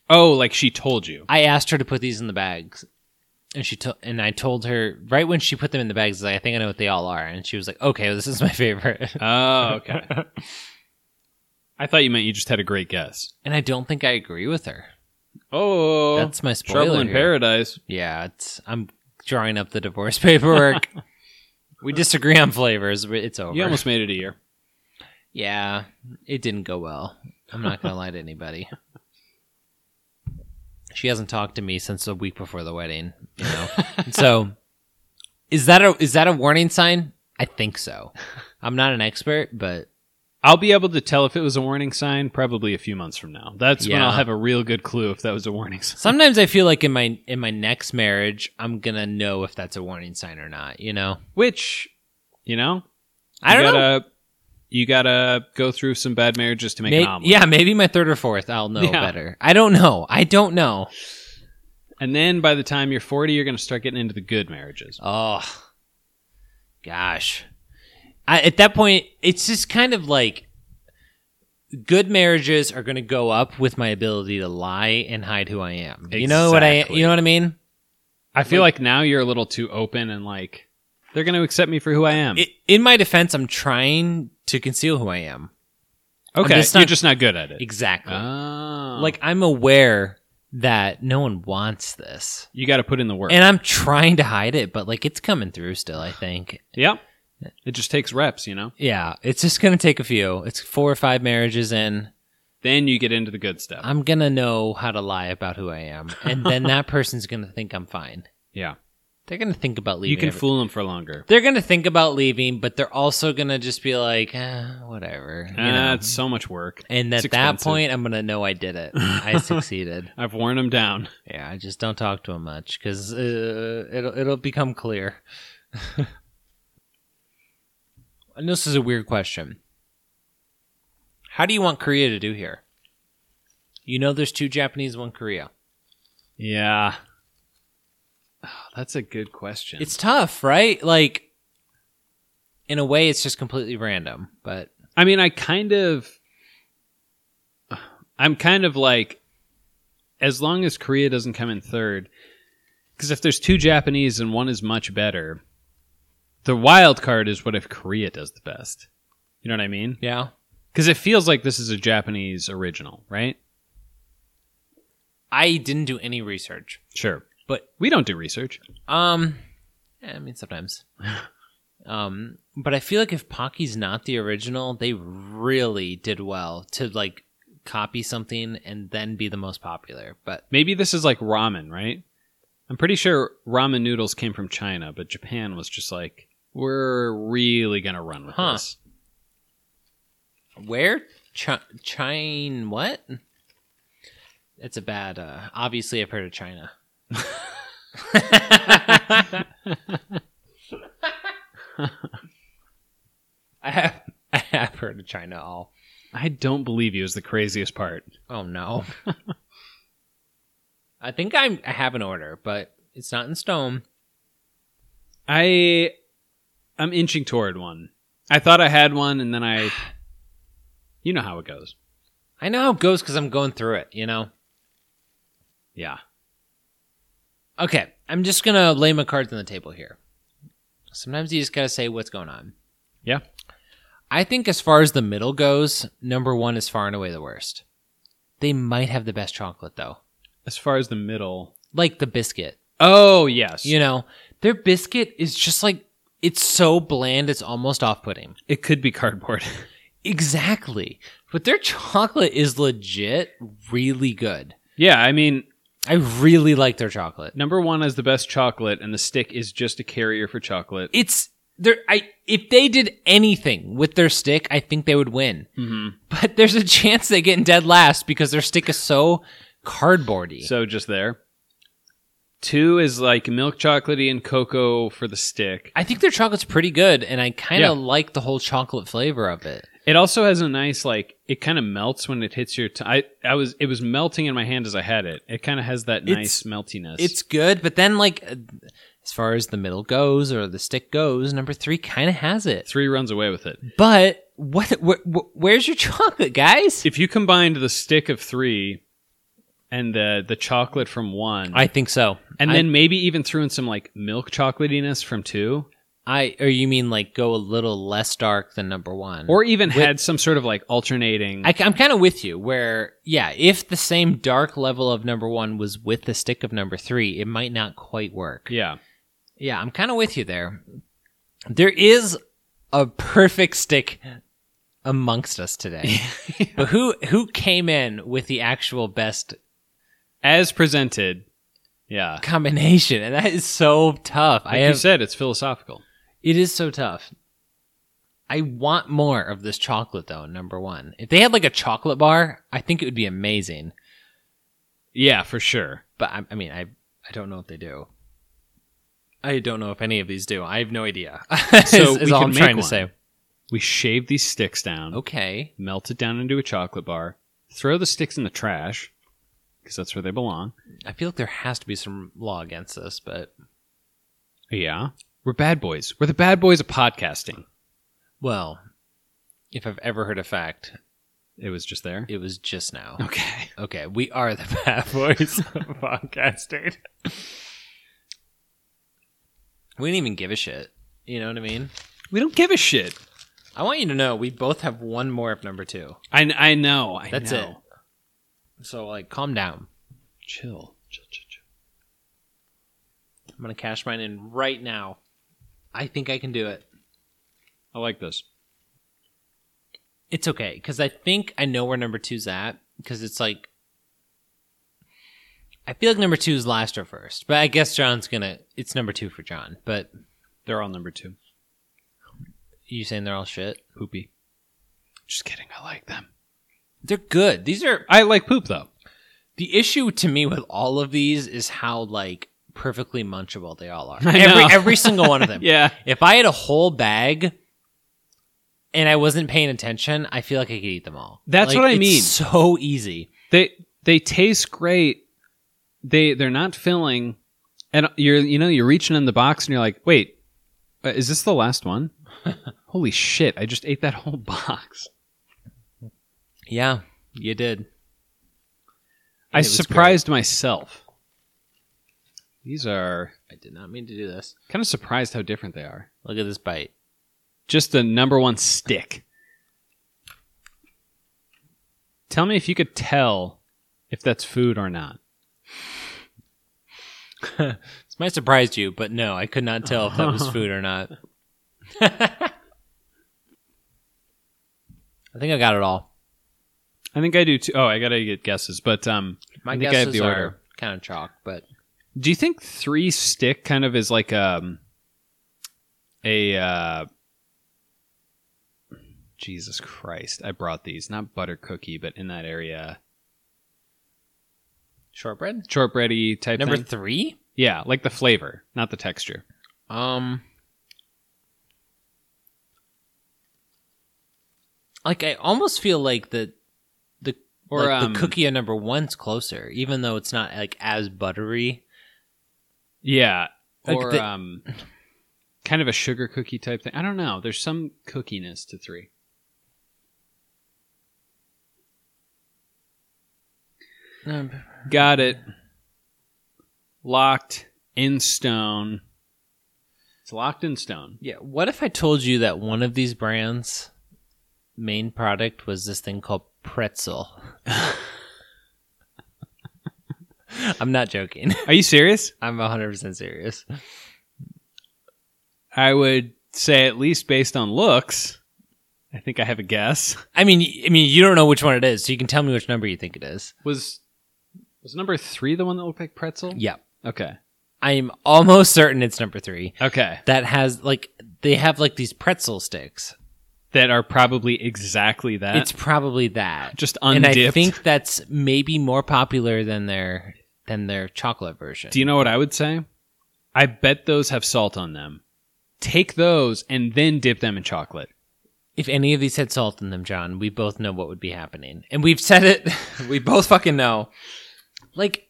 B: Oh, like she told you.
A: I asked her to put these in the bags, and she to- and I told her right when she put them in the bags, I, was like, I think I know what they all are, and she was like, "Okay, well, this is my favorite,"
B: Oh, okay. I thought you meant you just had a great guess.
A: and I don't think I agree with her.
B: Oh,
A: That's my spoiler.
B: trouble in
A: here.
B: paradise.
A: Yeah, it's I'm drawing up the divorce paperwork. we disagree on flavors, but it's over.
B: You almost made it a year.
A: Yeah, it didn't go well. I'm not gonna lie to anybody. She hasn't talked to me since the week before the wedding. You know, so is that a is that a warning sign? I think so. I'm not an expert, but
B: I'll be able to tell if it was a warning sign probably a few months from now. That's when
A: Yeah.
B: I'll have a real good clue if that was a warning sign.
A: sometimes I feel like in my in my next marriage, I'm gonna know if that's a warning sign or not. You know,
B: Which, you know,
A: I
B: you
A: don't know.
B: gotta, You gotta go through some bad marriages to make
A: May-
B: an omelet.
A: yeah, maybe my third or fourth, I'll know
B: Yeah.
A: better. I don't know. I don't know.
B: And then by the time you're 40, you're gonna start getting into the good marriages.
A: Oh, gosh. I, at that point, it's just kind of like good marriages are going to go up with my ability to lie and hide who I am. You know what I?
B: Exactly.
A: You know what I mean?
B: I feel like now you're a little too open and like they're gonna accept me for who I am.
A: I in my defense, I'm trying to conceal who I am.
B: okay,
A: I'm just
B: you're
A: not-
B: just not good at it.
A: Exactly.
B: Oh.
A: Like I'm aware that no one wants this,
B: you got to put in the work.
A: and I'm trying to hide it, but like it's coming through still. I think.
B: yep. It just takes reps, you know.
A: Yeah, it's just gonna take a few. It's four or five marriages in.
B: Then you get into the good stuff.
A: I'm gonna know how to lie about who I am, and then that person's gonna think I'm fine.
B: yeah.
A: They're gonna think about leaving.
B: You can
A: every-
B: fool them for longer.
A: They're gonna think about leaving, but they're also gonna just be like, eh, whatever, you know.
B: Ah, That's so much work.
A: And
B: it's
A: at that
B: expensive.
A: point, I'm gonna know I did it. I succeeded.
B: I've worn them down.
A: Yeah, I just don't talk to him much because uh, it'll it'll become clear. and this is a weird question. How do you want Korea to do here? You know, there's two Japanese, one Korea.
B: Yeah. Oh, that's a good question.
A: It's tough, right? Like, in a way, it's just completely random. But
B: I mean, I kind of I'm kind of like as long as Korea doesn't come in third cuz if there's two Japanese and one is much better, the wild card is what if Korea does the best. You know what I mean?
A: yeah,
B: Cuz it feels like this is a Japanese original, right?
A: I didn't do any research.
B: Sure.
A: But-
B: we don't do research.
A: Um, yeah, I mean, sometimes. um, but I feel like if Pocky's not the original, they really did well to like copy something and then be the most popular. But
B: Maybe this is like ramen, right? I'm pretty sure ramen noodles came from China, but Japan was just like, we're really going to run with
A: Huh.
B: this.
A: where Chi- Chine what? It's a bad. Uh, obviously, I've heard of China. I have, I have heard of China all.
B: I don't believe you is the craziest part.
A: Oh no. I think I'm, I have an order, but it's not in stone.
B: I I'm inching toward one. I thought I had one and then I you know how it goes.
A: I know how it goes because I'm going through it, you know?
B: Yeah.
A: Okay, I'm just going to lay my cards on the table here. Sometimes you just got to say what's going on.
B: Yeah.
A: I think as far as the middle goes, number one is far and away the worst. They might have the best chocolate, though.
B: As far as the middle.
A: Like the biscuit.
B: Oh, yes.
A: You know, their biscuit is just like, it's so bland, it's almost off putting.
B: it could be cardboard.
A: Exactly. But their chocolate is legit really good.
B: yeah, I mean,
A: I really like their chocolate.
B: Number one is the best chocolate, and the stick is just a carrier for chocolate.
A: It's there. I if they did anything with their stick, I think they would win.
B: Mm-hmm.
A: But there's a chance they get in dead last because their stick is so cardboardy.
B: So just there. Two is like milk chocolatey and cocoa for the stick.
A: I think their chocolate's pretty good, and I kind
B: Yeah.
A: of like the whole chocolate flavor of it.
B: It also has a nice like it kind of melts when it hits your. T- I I was it was melting in my hand as I had it. It kind of has that
A: It's-
B: nice meltiness.
A: It's good, but then like uh, as far as the middle goes or the stick goes, number three kind of has it.
B: three runs away with it.
A: But what? Wh- wh- where's your chocolate, guys?
B: If you combined the stick of three and the the chocolate from one,
A: I think so.
B: and
A: I-
B: then maybe even threw in some like milk chocolatiness from two,
A: I or you mean like go a little less dark than number one,
B: or even had some sort of like alternating.
A: I, am kind of with you. Where yeah, if the same dark level of number one was with the stick of number three, it might not quite work.
B: yeah,
A: Yeah, I'm kind of with you there. There is a perfect stick amongst us today. But who who came in with the actual best
B: as presented. Yeah,
A: combination? And that is so tough. I
B: like you
A: have,
B: said, it's philosophical.
A: it is so tough. I want more of this chocolate though, number 1. If they had like a chocolate bar, I think it would be amazing.
B: Yeah, for sure.
A: But I, I mean, I I don't know what they do. I don't know if any of these do. I have no idea.
B: So
A: so
B: we
A: is all
B: can
A: I'm
B: make
A: trying
B: one.
A: to say.
B: We shave these sticks down.
A: Okay.
B: melt it down into a chocolate bar, throw the sticks in the trash because that's where they belong.
A: I feel like there has to be some law against this, but
B: Yeah. We're bad boys. We're the bad boys of podcasting.
A: well, if I've ever heard a fact,
B: It was just there.
A: it was just now.
B: Okay.
A: Okay, we are the bad boys of podcasting. We didn't even give a shit. You know what I mean?
B: We don't give a shit.
A: I want you to know we both have one more of number two.
B: I, I know. I
A: That's
B: know.
A: it. So like, calm down.
B: Chill. Chill, chill, chill.
A: I'm gonna cash mine in right now. I think I can do it.
B: I like this.
A: It's okay because I think I know where number two's at because it's like I feel like number two is last or first, but I guess John's gonna. It's number two for John, but
B: They're all number two.
A: you saying they're all shit?
B: Poopy. Just kidding. I like them.
A: They're good. These are
B: I like poop, though.
A: the issue to me with all of these is how like perfectly munchable they all are.
B: I
A: Every
B: know.
A: every single one of them.
B: Yeah.
A: If I had a whole bag and I wasn't paying attention, I feel like I could eat them all.
B: That's
A: Like,
B: what I
A: it's
B: mean.
A: So easy.
B: They they taste great. They they're not filling, and you're you know you're reaching in the box and you're like, wait, uh, is this the last one? Holy shit! I just ate that whole box.
A: Yeah, you did.
B: I
A: it was
B: surprised myself. These are
A: I did not mean to do this.
B: kind of surprised how different they are.
A: Look at this bite.
B: Just the number one stick. Tell me if you could tell if that's food or not.
A: This might surprise you, but no, I could not tell if that was food or not. I think I got it all.
B: I think I do too. Oh, I gotta get guesses, but um,
A: My
B: I think
A: guesses
B: I have the
A: are
B: order.
A: kind of chalk, but
B: Do you think three stick kind of is like um a uh Jesus Christ, I brought these, not butter cookie, but in that area.
A: shortbread
B: Shortbready type
A: number
B: thing.
A: three.
B: yeah, like the flavor, not the texture.
A: Um, like I almost feel like the the
B: Or,
A: like
B: um,
A: the cookie at number one's closer, even though it's not like as buttery.
B: Yeah.
A: Like
B: or
A: the-
B: um kind of a sugar cookie type thing. I don't know. There's some cookiness to three.
A: Um,
B: Got it. Locked in stone. It's locked in stone.
A: Yeah. What if I told you that one of these brands' main product was this thing called pretzel? I'm not joking.
B: Are you serious?
A: I'm 100% serious.
B: I would say at least based on looks, I think I have a guess.
A: I mean, y- I mean, you don't know which one it is, so you can tell me which number you think it is.
B: Was Was number three the one that looked like pretzel?
A: Yeah.
B: Okay.
A: I'm almost certain it's number three.
B: Okay.
A: That has like they have like these pretzel sticks.
B: That are probably exactly that.
A: it's probably that.
B: just Uh, undipped.
A: and I think that's maybe more popular than their than their chocolate version.
B: Do you know what I would say? I bet those have salt on them. Take those and then dip them in chocolate.
A: if any of these had salt in them, John, we both know what would be happening. And we've said it. we both fucking know. Like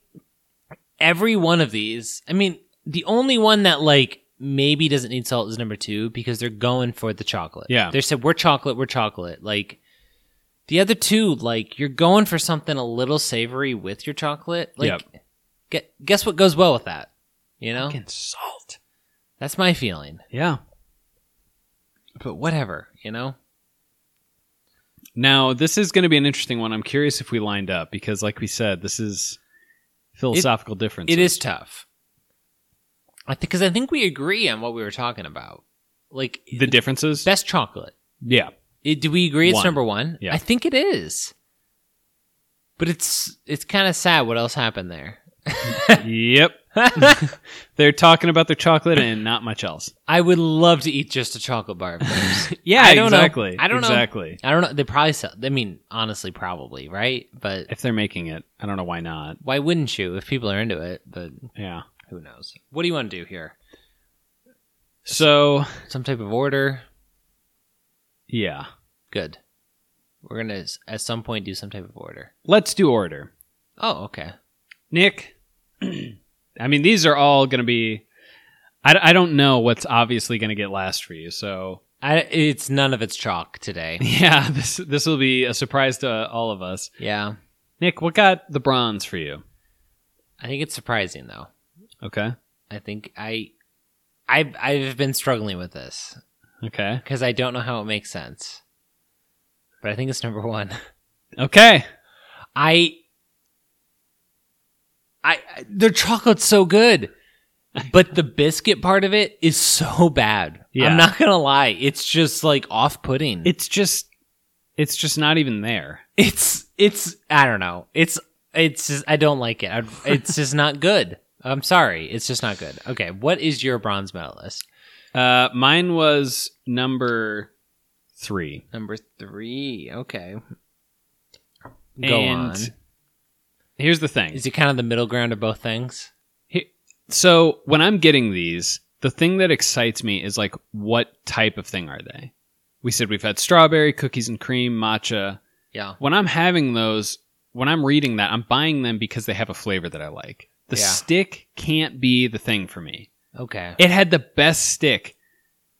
A: every one of these, I mean, the only one that like maybe doesn't need salt is number 2 because they're going for the chocolate.
B: Yeah.
A: They said we're chocolate, we're chocolate. Like the other two, like you're going for something a little savory with your chocolate. Like gue- guess what goes well with that? You know?
B: Fucking salt.
A: That's my feeling.
B: Yeah.
A: But whatever, you know?
B: Now this is going to be an interesting one. I'm curious if we lined up because, like we said, this is philosophical differences.
A: It is tough. I think because I think we agree on what we were talking about. Like
B: the differences.
A: best chocolate.
B: yeah.
A: It- do we agree it's
B: One.
A: number one?
B: Yeah.
A: I think it is. But it's it's kind of sad what else happened there.
B: yep. They're talking about their chocolate and not much else.
A: I would love to eat just a chocolate bar. of those.
B: Yeah,
A: I don't know.
B: exactly.
A: I don't know.
B: exactly.
A: I don't know. They probably sell. I mean, honestly, probably right. But
B: If they're making it, I don't know why not.
A: why wouldn't you if people are into it? But
B: Yeah.
A: who knows? What do you want to do here?
B: So
A: Some type of order.
B: yeah,
A: Good. We're gonna s- at some point do some type of order.
B: let's do order.
A: Oh, okay.
B: Nick, I mean, these are all going to be. I, I don't know what's obviously going to get last for you. So,
A: I, it's none of it's chalk today.
B: yeah, this this will be a surprise to all of us.
A: Yeah.
B: Nick, what got the bronze for you?
A: I think it's surprising though.
B: Okay.
A: I think I I I've been struggling with this
B: Okay.
A: cuz I don't know how it makes sense. But I think it's number 1.
B: Okay.
A: I I I- their chocolate's so good. But the biscuit part of it is so bad.
B: Yeah.
A: I'm not going to lie. It's just like off-putting.
B: It's just, it's just not even there.
A: it's it's I don't know. It's it's just, I don't like it. I, it's just not good. I'm sorry. It's just not good. Okay, what is your bronze medalist?
B: Uh, mine was number three.
A: Number three. Okay. Go
B: And
A: on.
B: Here's the thing.
A: Is it kind of the middle ground of both things?
B: So when I'm getting these, the thing that excites me is like, what type of thing are they? We said we've had strawberry, cookies and cream, matcha.
A: Yeah.
B: When I'm having those, when I'm reading that, I'm buying them because they have a flavor that I like. The
A: Yeah.
B: stick can't be the thing for me.
A: Okay.
B: It had the best stick,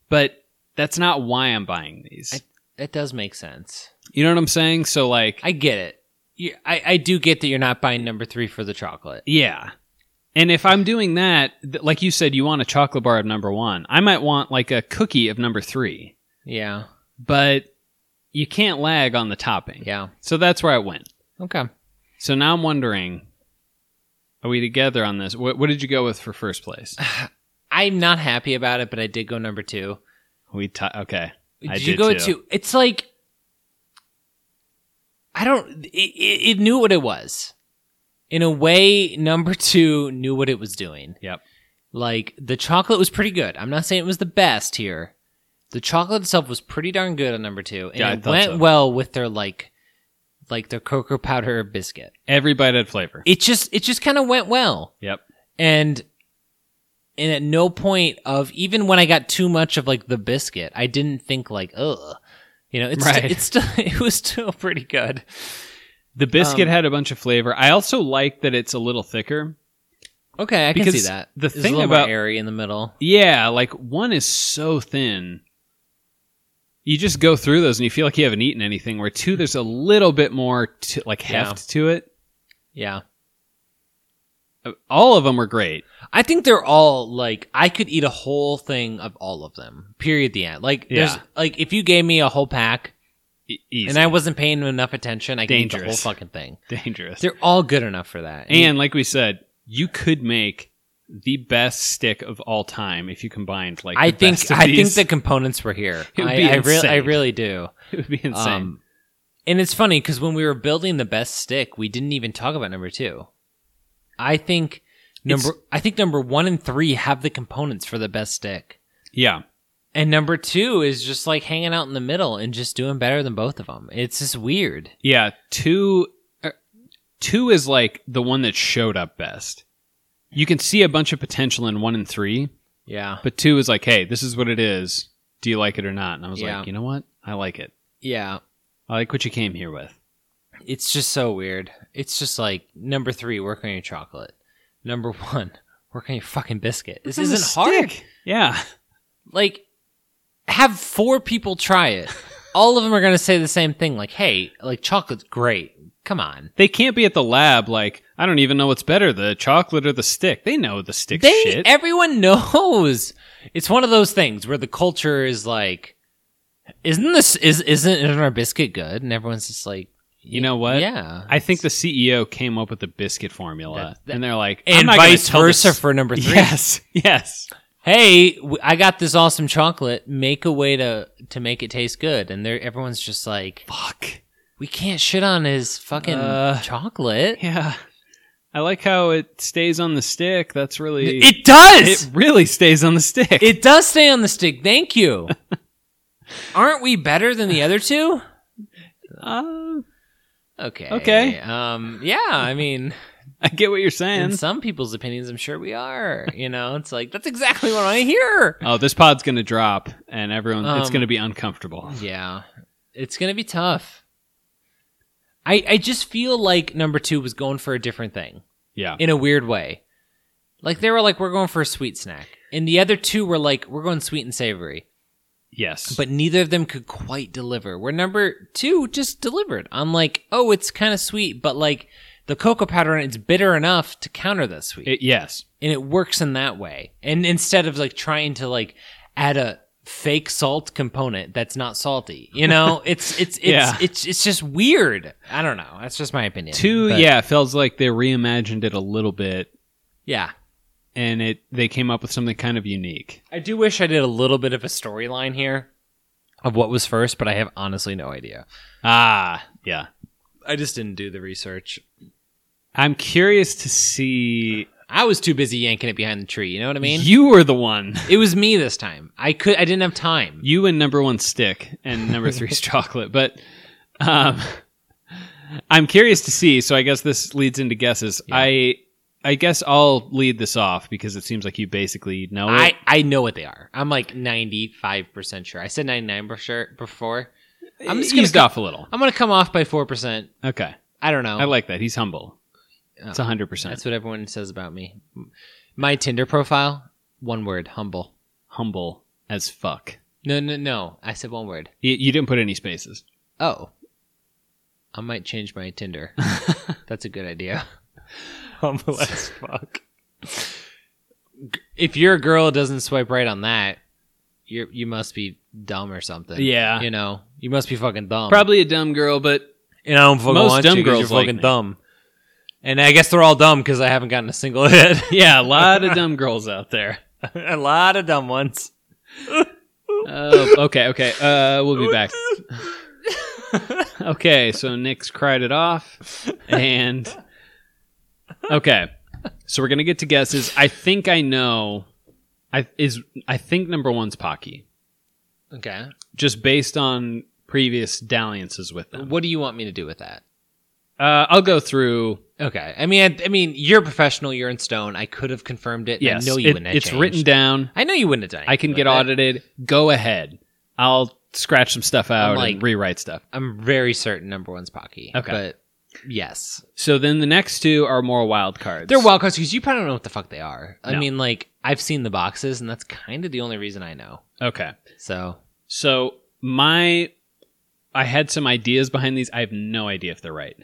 B: but that's not why I'm buying these.
A: I- That does make sense.
B: you know what I'm saying? So like,
A: I get it. You, I I do get that you're not buying number three for the chocolate.
B: Yeah. And if I'm doing that, th- like you said, you want a chocolate bar of number one. I might want like a cookie of number three,
A: Yeah.
B: but you can't lag on the topping.
A: Yeah.
B: So that's where I went.
A: Okay.
B: So now I'm wondering are we together on this? What, what did you go with for first place?
A: I'm not happy about it, but I did go number two.
B: We t- Okay.
A: Did
B: I
A: you
B: did
A: go
B: too.
A: to? It's like I don't. It, it, it knew what it was. In a way, number two knew what it was doing.
B: Yep.
A: Like the chocolate was pretty good. I'm not saying it was the best here. The chocolate itself was pretty darn good on number two, and
B: Yeah, I
A: it
B: thought
A: went
B: so.
A: well with their like, like their cocoa powder biscuit.
B: Every bite had flavor.
A: It just it just kind of went well
B: Yep.
A: and and at no point of even when I got too much of like the biscuit, I didn't think like ugh, you know, it's
B: Right.
A: it's still it was still pretty good.
B: The
A: Um,
B: biscuit had a bunch of flavor. I also like that it's a little thicker.
A: Okay, I can
B: Because
A: see that.
B: the
A: It's a
B: thing
A: little
B: about-
A: more airy in the middle,
B: Yeah, like one is so thin. You just go through those and you feel like you haven't eaten anything. Where two, there's a little bit more to, like
A: Yeah.
B: heft to it.
A: yeah,
B: Uh, All of them were great.
A: I think they're all like I could eat a whole thing of all of them. Period. The end. Like there's
B: Yeah.
A: like if you gave me a whole pack
B: E- easy.
A: and I wasn't paying enough attention, I could eat the whole
B: Dangerous.
A: fucking thing.
B: dangerous.
A: They're all good enough for that.
B: and like we said, you could make the best stick of all time if you combined like.
A: I
B: the
A: think
B: best of
A: I
B: these.
A: think the components were here.
B: It would
A: I,
B: be
A: I really I
B: insane.
A: really do.
B: it would be insane.
A: Um, and it's funny because when we were building the best stick, we didn't even talk about number two. I think
B: It's-
A: number I think number 1 and 3 have the components for the best stick.
B: Yeah.
A: And number 2 is just like hanging out in the middle and just doing better than both of them. It's just weird.
B: Yeah, two er, two is like the one that showed up best. You can see a bunch of potential in one and three,
A: Yeah.
B: but two is like, hey, this is what it is. Do you like it or not? And I was
A: Yeah.
B: like, you know what? I like it.
A: Yeah.
B: I like what you came here with.
A: It's just so weird. It's just like number 3 work on your chocolate. Number 1 work on your fucking biscuit. This
B: is a
A: isn't hard.
B: stick. Yeah.
A: like have four people try it all of them are going to say the same thing like hey like chocolate's great come on
B: They can't be at the lab like, I don't even know what's better, the chocolate or the stick. They know the stick
A: they
B: shit.
A: everyone knows it's one of those things where the culture is like isn't this is isn't isn't our biscuit good and everyone's just like
B: you know what?
A: yeah
B: I think the CEO came up with the biscuit formula,
A: That- that-
B: and they're like, I'm
A: and
B: not gonna
A: vice
B: tell this-
A: versa for number three
B: Yes, yes.
A: hey w- i got this awesome chocolate make a way to to make it taste good and they're everyone's just like
B: Fuck.
A: we can't shit on his fucking
B: Uh,
A: chocolate
B: Yeah. I like how it stays on the stick. That's really
A: it does
B: It really stays on the stick.
A: It does stay on the stick. Thank you. Aren't we better than the other two?
B: Uh,
A: Okay.
B: Okay.
A: Um. Yeah. I mean,
B: I get what you're
A: in
B: saying.
A: some people's opinions, I'm sure we are. You know, it's like that's exactly what I hear.
B: Oh, this pod's gonna drop, and everyone, it's
A: Um,
B: gonna be uncomfortable.
A: Yeah. It's gonna be tough. I I just feel like number two was going for a different thing
B: Yeah,
A: in a weird way. Like they were like, we're going for a sweet snack, and the other two were like, we're going sweet and savory.
B: yes,
A: but neither of them could quite deliver. Where number two just delivered. I'm like, oh, it's kind of sweet, but like the cocoa powder in it's bitter enough to counter that sweet,
B: It- yes,
A: and it works in that way. And instead of like trying to like add a fake salt component that's not salty, you know, it's it's it's
B: Yeah.
A: it's, it's just weird. I don't know. That's just my opinion.
B: two.
A: But,
B: yeah, it feels like they reimagined it a little bit,
A: yeah.
B: and it they came up with something kind of unique.
A: I do wish I did a little bit of a storyline here of what was first, but I have honestly no idea.
B: Ah, yeah.
A: I just didn't do the research.
B: I'm curious to see.
A: I was too busy yanking it behind the tree. You know what I mean?
B: you were the one.
A: it was me this time. I could. I didn't have time.
B: you and number one stick and number three's chocolate but um i'm curious to see so i guess this leads into guesses
A: Yeah.
B: i i guess i'll lead this off because it seems like you basically know it
A: I I know what they are. I'm like 95 percent sure. I said 99 percent before. I'm just gonna
B: eased
A: go-
B: off a little
A: I'm gonna come off by four percent.
B: okay
A: I don't know.
B: i like that he's humble
A: Oh,
B: it's 100%
A: That's what everyone says about me. My Tinder profile, one word, humble.
B: humble as fuck
A: No, no, no. I said one word.
B: you, you didn't put any spaces
A: Oh, I might change my Tinder. That's a good idea. Humble as fuck. If you're a girl that doesn't swipe right on that, you you must be dumb or something.
B: Yeah.
A: you know, you must be fucking dumb.
B: probably a dumb girl but
A: And I don't fucking
B: Most
A: want
B: dumb
A: you 'cause
B: girls
A: you're
B: like
A: fucking
B: me.
A: dumb. And I guess they're all dumb because I haven't gotten a single hit.
B: yeah a lot of dumb girls out there
A: a lot of dumb ones.
B: Oh, okay okay uh we'll be back Okay, so Nick's cried it off, and okay, so we're gonna get to guesses. I think I know. I is I think number one's Pocky,
A: okay,
B: just based on previous dalliances with them.
A: what do you want me to do with that?
B: Uh, I'll go through.
A: Okay, I mean, I, I mean, you're a professional. You're in stone. I could have confirmed it.
B: Yes,
A: I know you
B: it-
A: wouldn't. Have
B: it's
A: changed.
B: written down.
A: I know you wouldn't have done.
B: I can
A: anything
B: get
A: with it.
B: audited. Go ahead. I'll scratch some stuff out
A: like-
B: and rewrite stuff.
A: I'm very certain number one's Pocky.
B: Okay.
A: but yes,
B: So then the next two are more wild cards.
A: they're wild cards because you probably don't know what the fuck they are. I
B: No.
A: mean, like I've seen the boxes, and that's kind of the only reason I know.
B: Okay.
A: So
B: So my, I had some ideas behind these. I have no idea if they're right.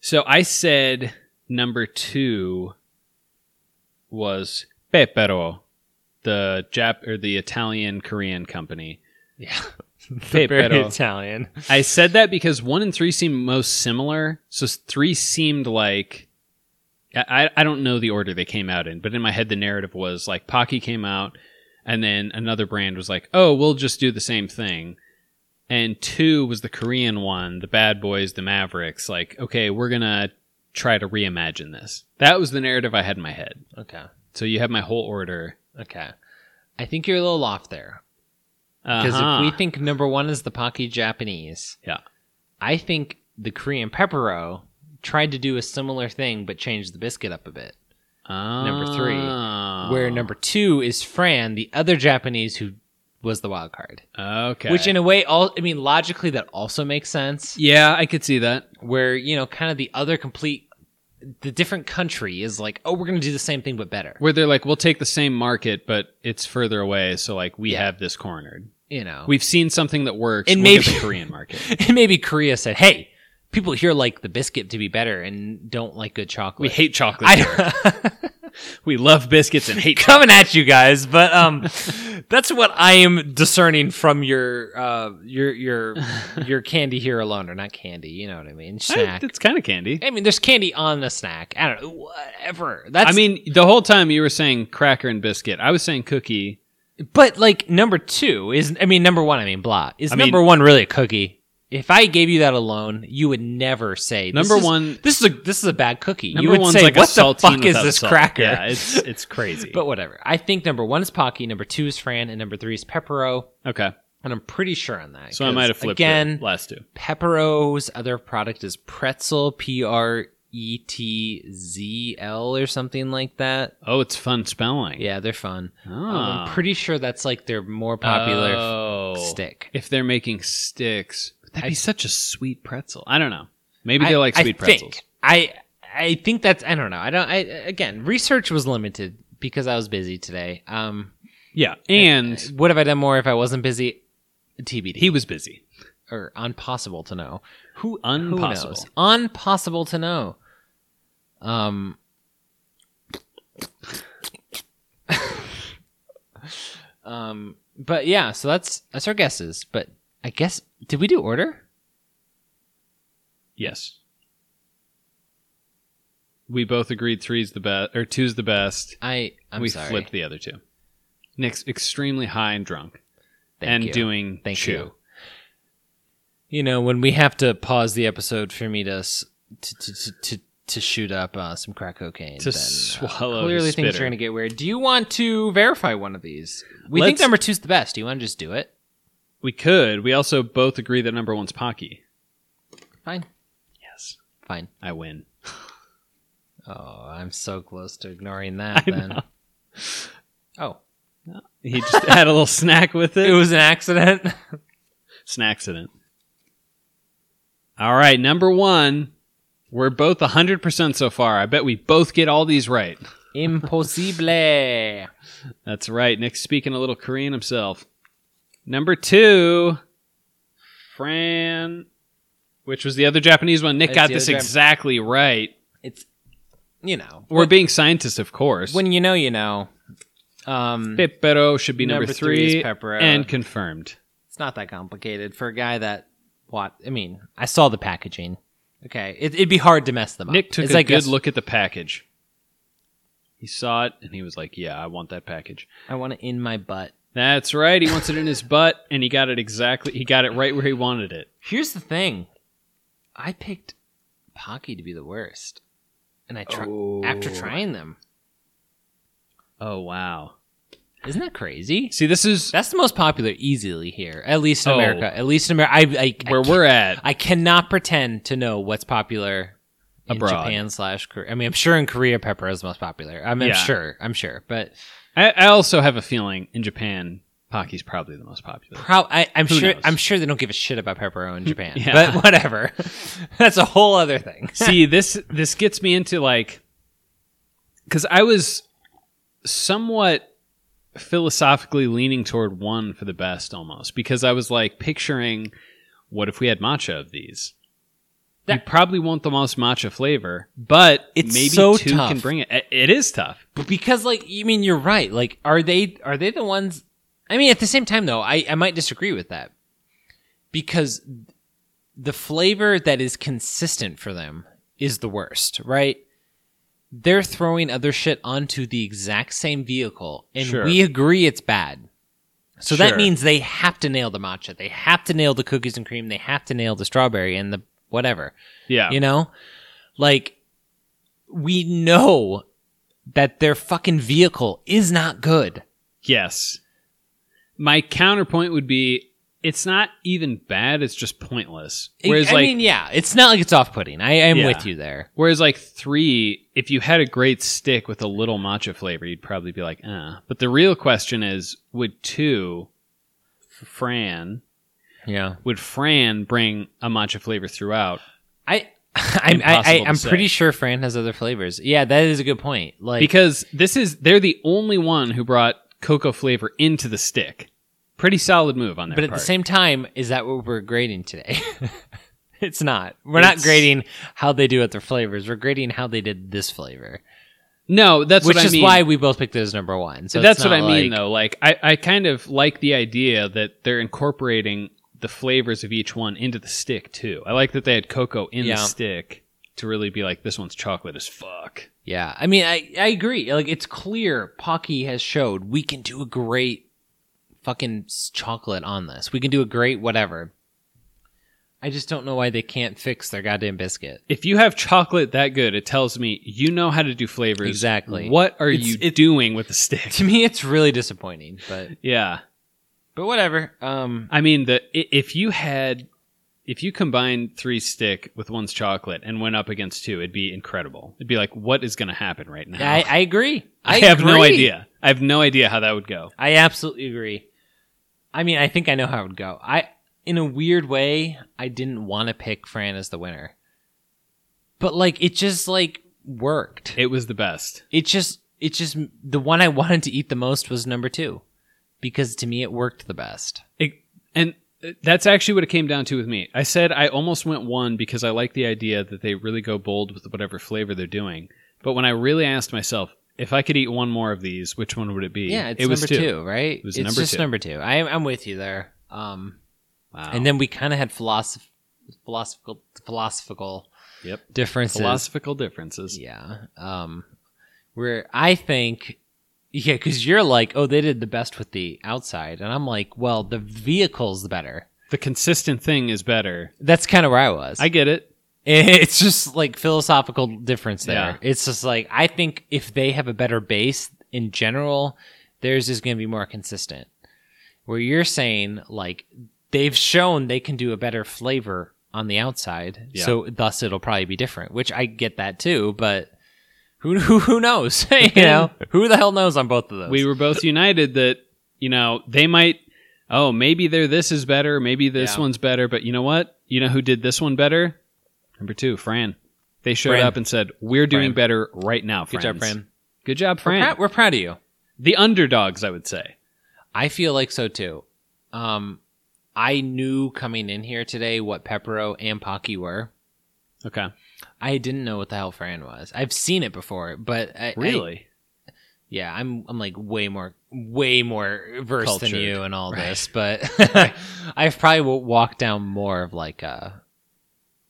B: So I said number two was Pepero, the Jap or the Italian Korean company.
A: yeah,
B: Pepero.
A: Italian.
B: I said that because one and three seemed most similar. So s- three seemed like. I, I- I don't know the order they came out in, but in my head, the narrative was like Pocky came out, and then another brand was like, oh, we'll just do the same thing. And two was the Korean one, the Bad Boys, the Mavericks. Like, okay, we're going to try to reimagine this. That was the narrative I had in my head.
A: Okay.
B: So you have my whole order.
A: Okay. I think you're a little off there. Because
B: Uh-huh.
A: if we think number one is the Pocky Japanese,
B: Yeah.
A: I think the Korean Peppero tried to do a similar thing but changed the biscuit up a bit.
B: Uh-huh.
A: number three,
B: Ah.
A: Where number two is Fran, the other Japanese who was the wild card.
B: Oh. okay,
A: Which in a way all I mean logically that also makes sense.
B: yeah, I could see that.
A: Where, you know, kind of the other complete the different country is like, oh, we're gonna do the same thing but better.
B: Where they're like, we'll take the same market, but it's further away, so like we
A: Yeah.
B: have this cornered.
A: You know.
B: We've seen something that works.
A: And
B: we'll get
A: maybe-
B: the Korean market.
A: and maybe Korea said, "Hey, people here like the biscuit to be better and don't like good chocolate.
B: We hate chocolate. here.
A: I
B: we love biscuits and hate.
A: coming at you guys, but um, that's what I am discerning from your uh your your your candy here alone, or not candy. You know what I mean?
B: I,
A: Snack.
B: it's kind of candy.
A: I, mean, there's candy on the snack. I don't know, whatever. That's
B: I mean, the whole time you were saying cracker and biscuit, I was saying cookie.
A: but like number two is, I mean, number one. I mean, blah is
B: I mean-
A: number one really a cookie. If I gave you that alone, you would never say this
B: Number
A: is-
B: one-
A: This is a this is a bad cookie.
B: Number
A: you would
B: one's
A: say,
B: like a
A: "What the
B: saltine
A: fuck is
B: without
A: this
B: salt.
A: cracker?"
B: Yeah, it's it's crazy.
A: But whatever. I think number one is Pocky, number two is Fran, and number three is Peppero.
B: okay,
A: And I'm pretty sure on that.
B: so I
A: 'cause,
B: might have flipped
A: again.
B: the last two.
A: Peppero's other product is Pretzel, P R E T Z L or something like that.
B: Oh, it's fun spelling.
A: Yeah, they're fun. Um,
B: Ah.
A: I'm pretty sure that's like their more popular f-
B: Oh.
A: stick.
B: If they're making sticks, that'd
A: I-
B: be such a sweet pretzel. I don't know. Maybe they like
A: I-
B: sweet
A: I
B: pretzels.
A: Think, I I think that's I don't know. I don't I again, research was limited because I was busy today. Um
B: Yeah, and
A: would have I done more if I wasn't busy? TBD.
B: he was busy.
A: or impossible to know. Who
B: Unpossible.
A: Who knows? Impossible to know. Um. um. But yeah, so that's that's our guesses. But I guess did we do order?
B: Yes. We both agreed three's the best or two's the best.
A: I I'm
B: we
A: sorry.
B: flipped the other two. Nick's extremely high and drunk
A: Thank
B: and
A: you.
B: doing
A: Thank
B: chew.
A: you. You know when we have to pause the episode for me to s- to to to, to, to shoot up uh, some crack cocaine
B: To
A: then, uh,
B: swallow
A: clearly
B: his
A: things are
B: spitter.
A: going to get weird. Do you want to verify one of these? We think
B: Let's-
A: number two's the best. Do you want to just do it?
B: We could. We also both agree that number one's Pocky.
A: Fine,
B: Yes.
A: fine.
B: I win.
A: Oh, I'm so close to ignoring that.
B: I
A: then
B: know.
A: oh,
B: He just had a little snack with it.
A: it was an accident.
B: Snacksident. All right, number one. We're both 100% so far. I bet we both get all these right.
A: Impossible.
B: That's right. Nick's speaking a little Korean himself. Number two, Fran, which was the other Japanese one. Nick
A: It's
B: got
A: the
B: this
A: other Jap-
B: exactly right.
A: It's you know
B: We're being scientists, of course.
A: when you know you know. Um,
B: Pepero should be number,
A: Number three
B: three,
A: is Pepero.
B: and confirmed.
A: it's not that complicated for a guy that what I mean. I saw the packaging. Okay, it, it'd be hard to mess them up.
B: Nick took
A: It's
B: a
A: like
B: good
A: guess-
B: look at the package. He saw it and he was like, "Yeah, I want that package."
A: I want it in my butt.
B: That's right. He wants it in his butt, and he got it exactly. He got it right where he wanted it.
A: Here's the thing. I picked Pocky to be the worst, and I tr- after trying them,
B: Oh wow!
A: isn't that crazy?
B: See, this is
A: That's the most popular easily here, at least in
B: Oh.
A: America. At least in America, I, I, I
B: where
A: can't-
B: we're at.
A: I cannot pretend to know what's popular in
B: Abroad.
A: Japan slash Korea. I mean, I'm sure in Korea, pepper is the most popular. I mean,
B: Yeah.
A: I'm sure, I'm sure, but
B: I, I also have a feeling in Japan, Pocky's probably the most popular.
A: Pro- I, I'm
B: Who
A: sure.
B: knows?
A: I'm sure they don't give a shit about pepperoni in Japan.
B: Yeah.
A: But whatever. That's a whole other thing.
B: See, this this gets me into like, because I was somewhat philosophically leaning toward one for the best almost because I was like picturing, what if we had matcha of these?
A: That-
B: you probably want the most matcha flavor, but
A: It's
B: maybe
A: so
B: two
A: tough.
B: can bring it. I- It is tough.
A: But because, like, you mean you're right. Like, are they are they the ones? I mean, at the same time, though, I I might disagree with that because the flavor that is consistent for them is the worst, right? They're throwing other shit onto the exact same vehicle, and
B: Sure.
A: we agree it's bad. So that
B: Sure.
A: means they have to nail the matcha. They have to nail the cookies and cream. They have to nail the strawberry and the whatever.
B: Yeah.
A: You know? Like we know that their fucking vehicle is not good.
B: Yes. My counterpoint would be it's not even bad, it's just pointless. Whereas
A: I
B: like
A: mean, yeah, it's not like it's off putting. I am
B: Yeah.
A: with you there.
B: whereas like 3, if you had a great stick with a little matcha flavor, you'd probably be like, "Uh." But the real question is would 2 Fran
A: Yeah.
B: would Fran bring a matcha flavor throughout?
A: I I'm I, I,
B: Impossible to
A: I'm
B: say.
A: pretty sure Fran has other flavors. Yeah, that is a good point. Like
B: because this is they're the only one who brought cocoa flavor into the stick. Pretty solid move on their
A: but at
B: part.
A: the same time, is that what we're grading today? it's not. We're not
B: It's-
A: grading how they do at their flavors. We're grading how they did this flavor.
B: no, that's
A: which
B: what I
A: is
B: mean.
A: why we both picked it as number one. So
B: that's
A: it's
B: what I
A: not
B: mean,
A: like-
B: though. Like, I, I kind of like the idea that they're incorporating the flavors of each one into the stick too. I like that they had cocoa in
A: Yeah.
B: the stick to really be like, this one's chocolate as fuck.
A: Yeah, I mean, I I agree. Like it's clear, Pocky has showed we can do a great fucking s- chocolate on this. We can do a great whatever. I just don't know why they can't fix their goddamn biscuit.
B: If you have chocolate that good, it tells me you know how to do flavors.
A: Exactly.
B: What are
A: It's-
B: you
A: it-
B: doing with the stick?
A: To me, it's really disappointing, but
B: yeah.
A: but whatever. Um,
B: I mean, the i- if you had if you combined three stick with one's chocolate and went up against two, it'd be incredible. It'd be like, what is going to happen right now?
A: I, I agree. I,
B: I have no
A: agree.
B: idea. I have no idea how that would go.
A: I absolutely agree. I mean, I think I know how it would go. I, in a weird way, I didn't want to pick Fran as the winner, but like it just like worked.
B: It was the best.
A: it just it just the one I wanted to eat the most was number two because to me it worked the best.
B: It, and uh, that's actually what it came down to with me. I said I almost went one because I like the idea that they really go bold with whatever flavor they're doing. But when I really asked myself if I could eat one more of these, which one would it be?
A: Yeah, it's
B: it was
A: number two. right?
B: It was
A: it's
B: number
A: just
B: two.
A: number two. I, I'm with you there. Um,
B: Wow.
A: and then we kind of had philosoph- philosophical philosophical
B: yep.
A: differences.
B: Philosophical differences.
A: yeah. Um, where I think, yeah, because you're like, oh, they did the best with the outside, and I'm like, well, the vehicle's the better.
B: The consistent thing is better.
A: That's kind of where I was.
B: I get it.
A: It's just like philosophical difference there.
B: Yeah.
A: It's just like I think if they have a better base in general, theirs is going to be more consistent. Where you're saying like they've shown they can do a better flavor on the outside,
B: Yeah.
A: so thus it'll probably be different. Which I get that too, but who who, who knows? you know, who the hell knows on both of those?
B: we were both united that you know they might oh maybe their this is better maybe this
A: Yeah.
B: one's better but you know what you know who did this one better number two fran they showed
A: Fran.
B: up and said we're doing
A: Fran.
B: better right now
A: good job,
B: friends.
A: Fran.
B: good job
A: We're,
B: fran
A: prou- we're proud of you.
B: the underdogs i would say
A: I feel like so too. Um, I knew coming in here today what Peppero and Pocky were.
B: okay
A: I didn't know what the hell Fran was. I've seen it before, but I, I-
B: really
A: yeah, I'm I'm like way more way more versed
B: Cultured.
A: than you in all
B: Right.
A: this, but I've probably wa- walked down more of like a,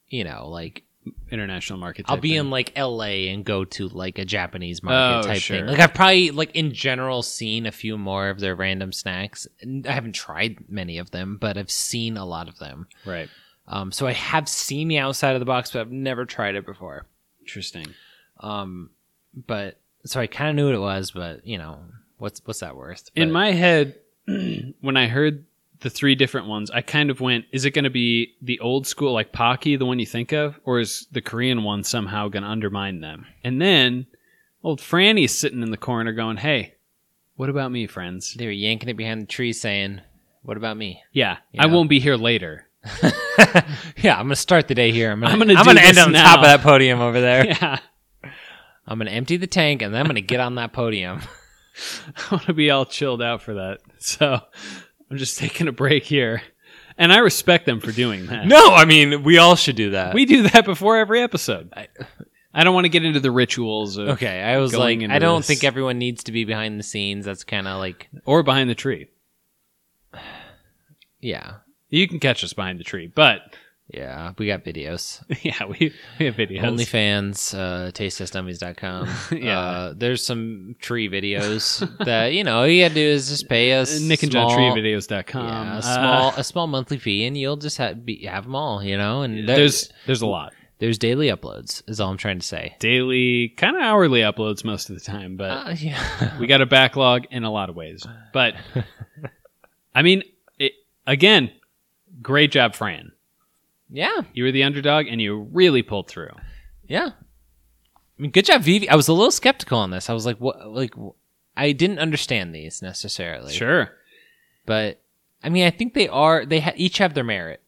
A: you know, like
B: international market
A: I'll
B: type
A: be
B: thing.
A: in like L.A. and go to like a Japanese market
B: Oh,
A: type
B: sure.
A: thing. Like I've probably like in general seen a few more of their random snacks. N- I haven't tried many of them, but I've seen a lot of them.
B: right
A: Um, so I have seen the outside of the box, but I've never tried it before.
B: interesting
A: Um, but so I kind of knew what it was, but you know, what's what's that worth?
B: in
A: But-
B: my head when i heard the three different ones i kind of went is it going to be the old school like pocky the one you think of or is the korean one somehow going to undermine them and then old franny's sitting in the corner going hey what about me friends
A: they were yanking it behind the tree, saying, "What about me?"
B: yeah,
A: Yeah.
B: i won't be here later
A: yeah, I'm gonna start the day here. I'm gonna
B: I'm gonna do
A: end
B: this
A: on
B: now.
A: top of that podium over there.
B: yeah
A: I'm gonna empty the tank and then I'm gonna get on that podium.
B: i want to be all chilled out for that so i'm just taking a break here and i respect them for doing that
A: No, I mean we all should do that.
B: we do that before every episode i, don't want to get into the rituals of,
A: okay, I was
B: Going
A: like,
B: into
A: I don't
B: this.
A: think everyone needs to be behind the scenes. That's kind of like,
B: or behind the tree
A: yeah,
B: You can catch us behind the tree, but
A: yeah. We got videos.
B: yeah, we, we have videos.
A: OnlyFans, uh, tastelessdummies.com.
B: Yeah.
A: Uh, there's some tree videos that, you know, all you gotta do is just pay us.
B: Uh, Nick and John
A: small-
B: treevideos.com.
A: Yeah,
B: Uh,
A: a small, a small monthly fee and you'll just have, be, have them all, you know? And there-
B: there's there's a lot.
A: There's daily uploads, is all I'm trying to say.
B: Daily, kind of hourly uploads most of the time, but
A: Uh, yeah.
B: we got a backlog in a lot of ways. But I mean, it, again, great job, Fran.
A: yeah.
B: You were the underdog, and you really pulled through.
A: Yeah. I mean, good job, Vivi. I was a little skeptical on this. I was like, what? Like, wh- I didn't understand these necessarily.
B: Sure,
A: But I mean, I think they are. They ha- each have their merit.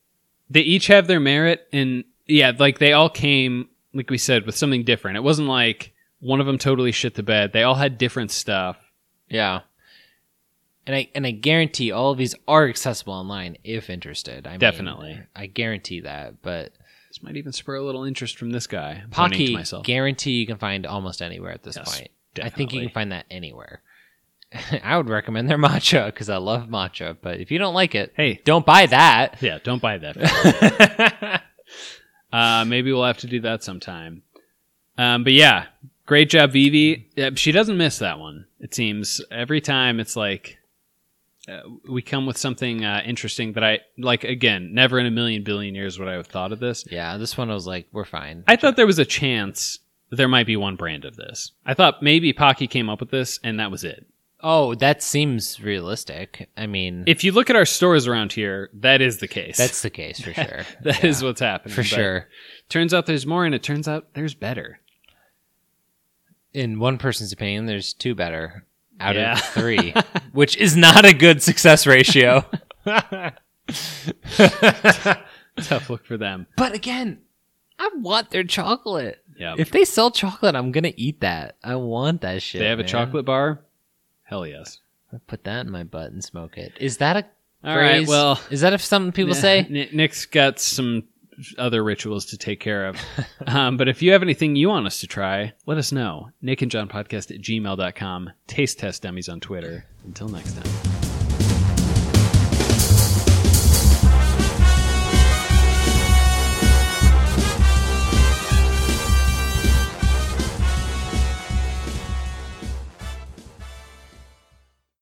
B: they each have their merit, and yeah, like they all came, like we said, with something different. It wasn't like one of them totally shit the bed. They all had different stuff.
A: Yeah. And I and I guarantee all of these are accessible online if interested. I mean,
B: Definitely.
A: I guarantee that. But
B: This might even spur a little interest from this guy. I'm pointing to
A: Pocky,
B: myself.
A: guarantee you can find almost anywhere at this
B: Yes,
A: point. I think you
B: definitely.
A: can find that anywhere. I would recommend their matcha because I love matcha. But if you don't like it,
B: Hey,
A: don't buy that.
B: yeah, don't buy that. Uh, maybe we'll have to do that sometime. Um, but yeah, great job, Vivi. Yeah, She doesn't miss that one. It seems every time it's like uh, we come with something uh, interesting that I like. Again, never in a million billion years would I have thought of this.
A: yeah, this one I was like, we're fine.
B: I thought there was a chance that there might be one brand of this. I thought maybe Pocky came up with this and that was it.
A: Oh, that seems realistic. I mean,
B: If you look at our stores around here, that is the case.
A: that's the case for sure.
B: that is what's happening
A: for
B: But
A: sure.
B: Turns out there's more, and it turns out there's better.
A: In one person's opinion, there's two better out
B: Yeah.
A: of three, which is not a good success ratio.
B: Tough look for them.
A: but again, I want their chocolate.
B: Yeah.
A: If they sell chocolate, I'm gonna eat that. I want that shit.
B: They have a
A: man.
B: chocolate bar? Hell yes.
A: I put that in my butt and smoke it. Is that a
B: All right,
A: phrase?
B: well-
A: is that if something people say?
B: N- Nick's got some other rituals to take care of. um, but if you have anything you want us to try, let us know. Nick and John Podcast at gmail.com. Taste test dummies on Twitter. Until next time.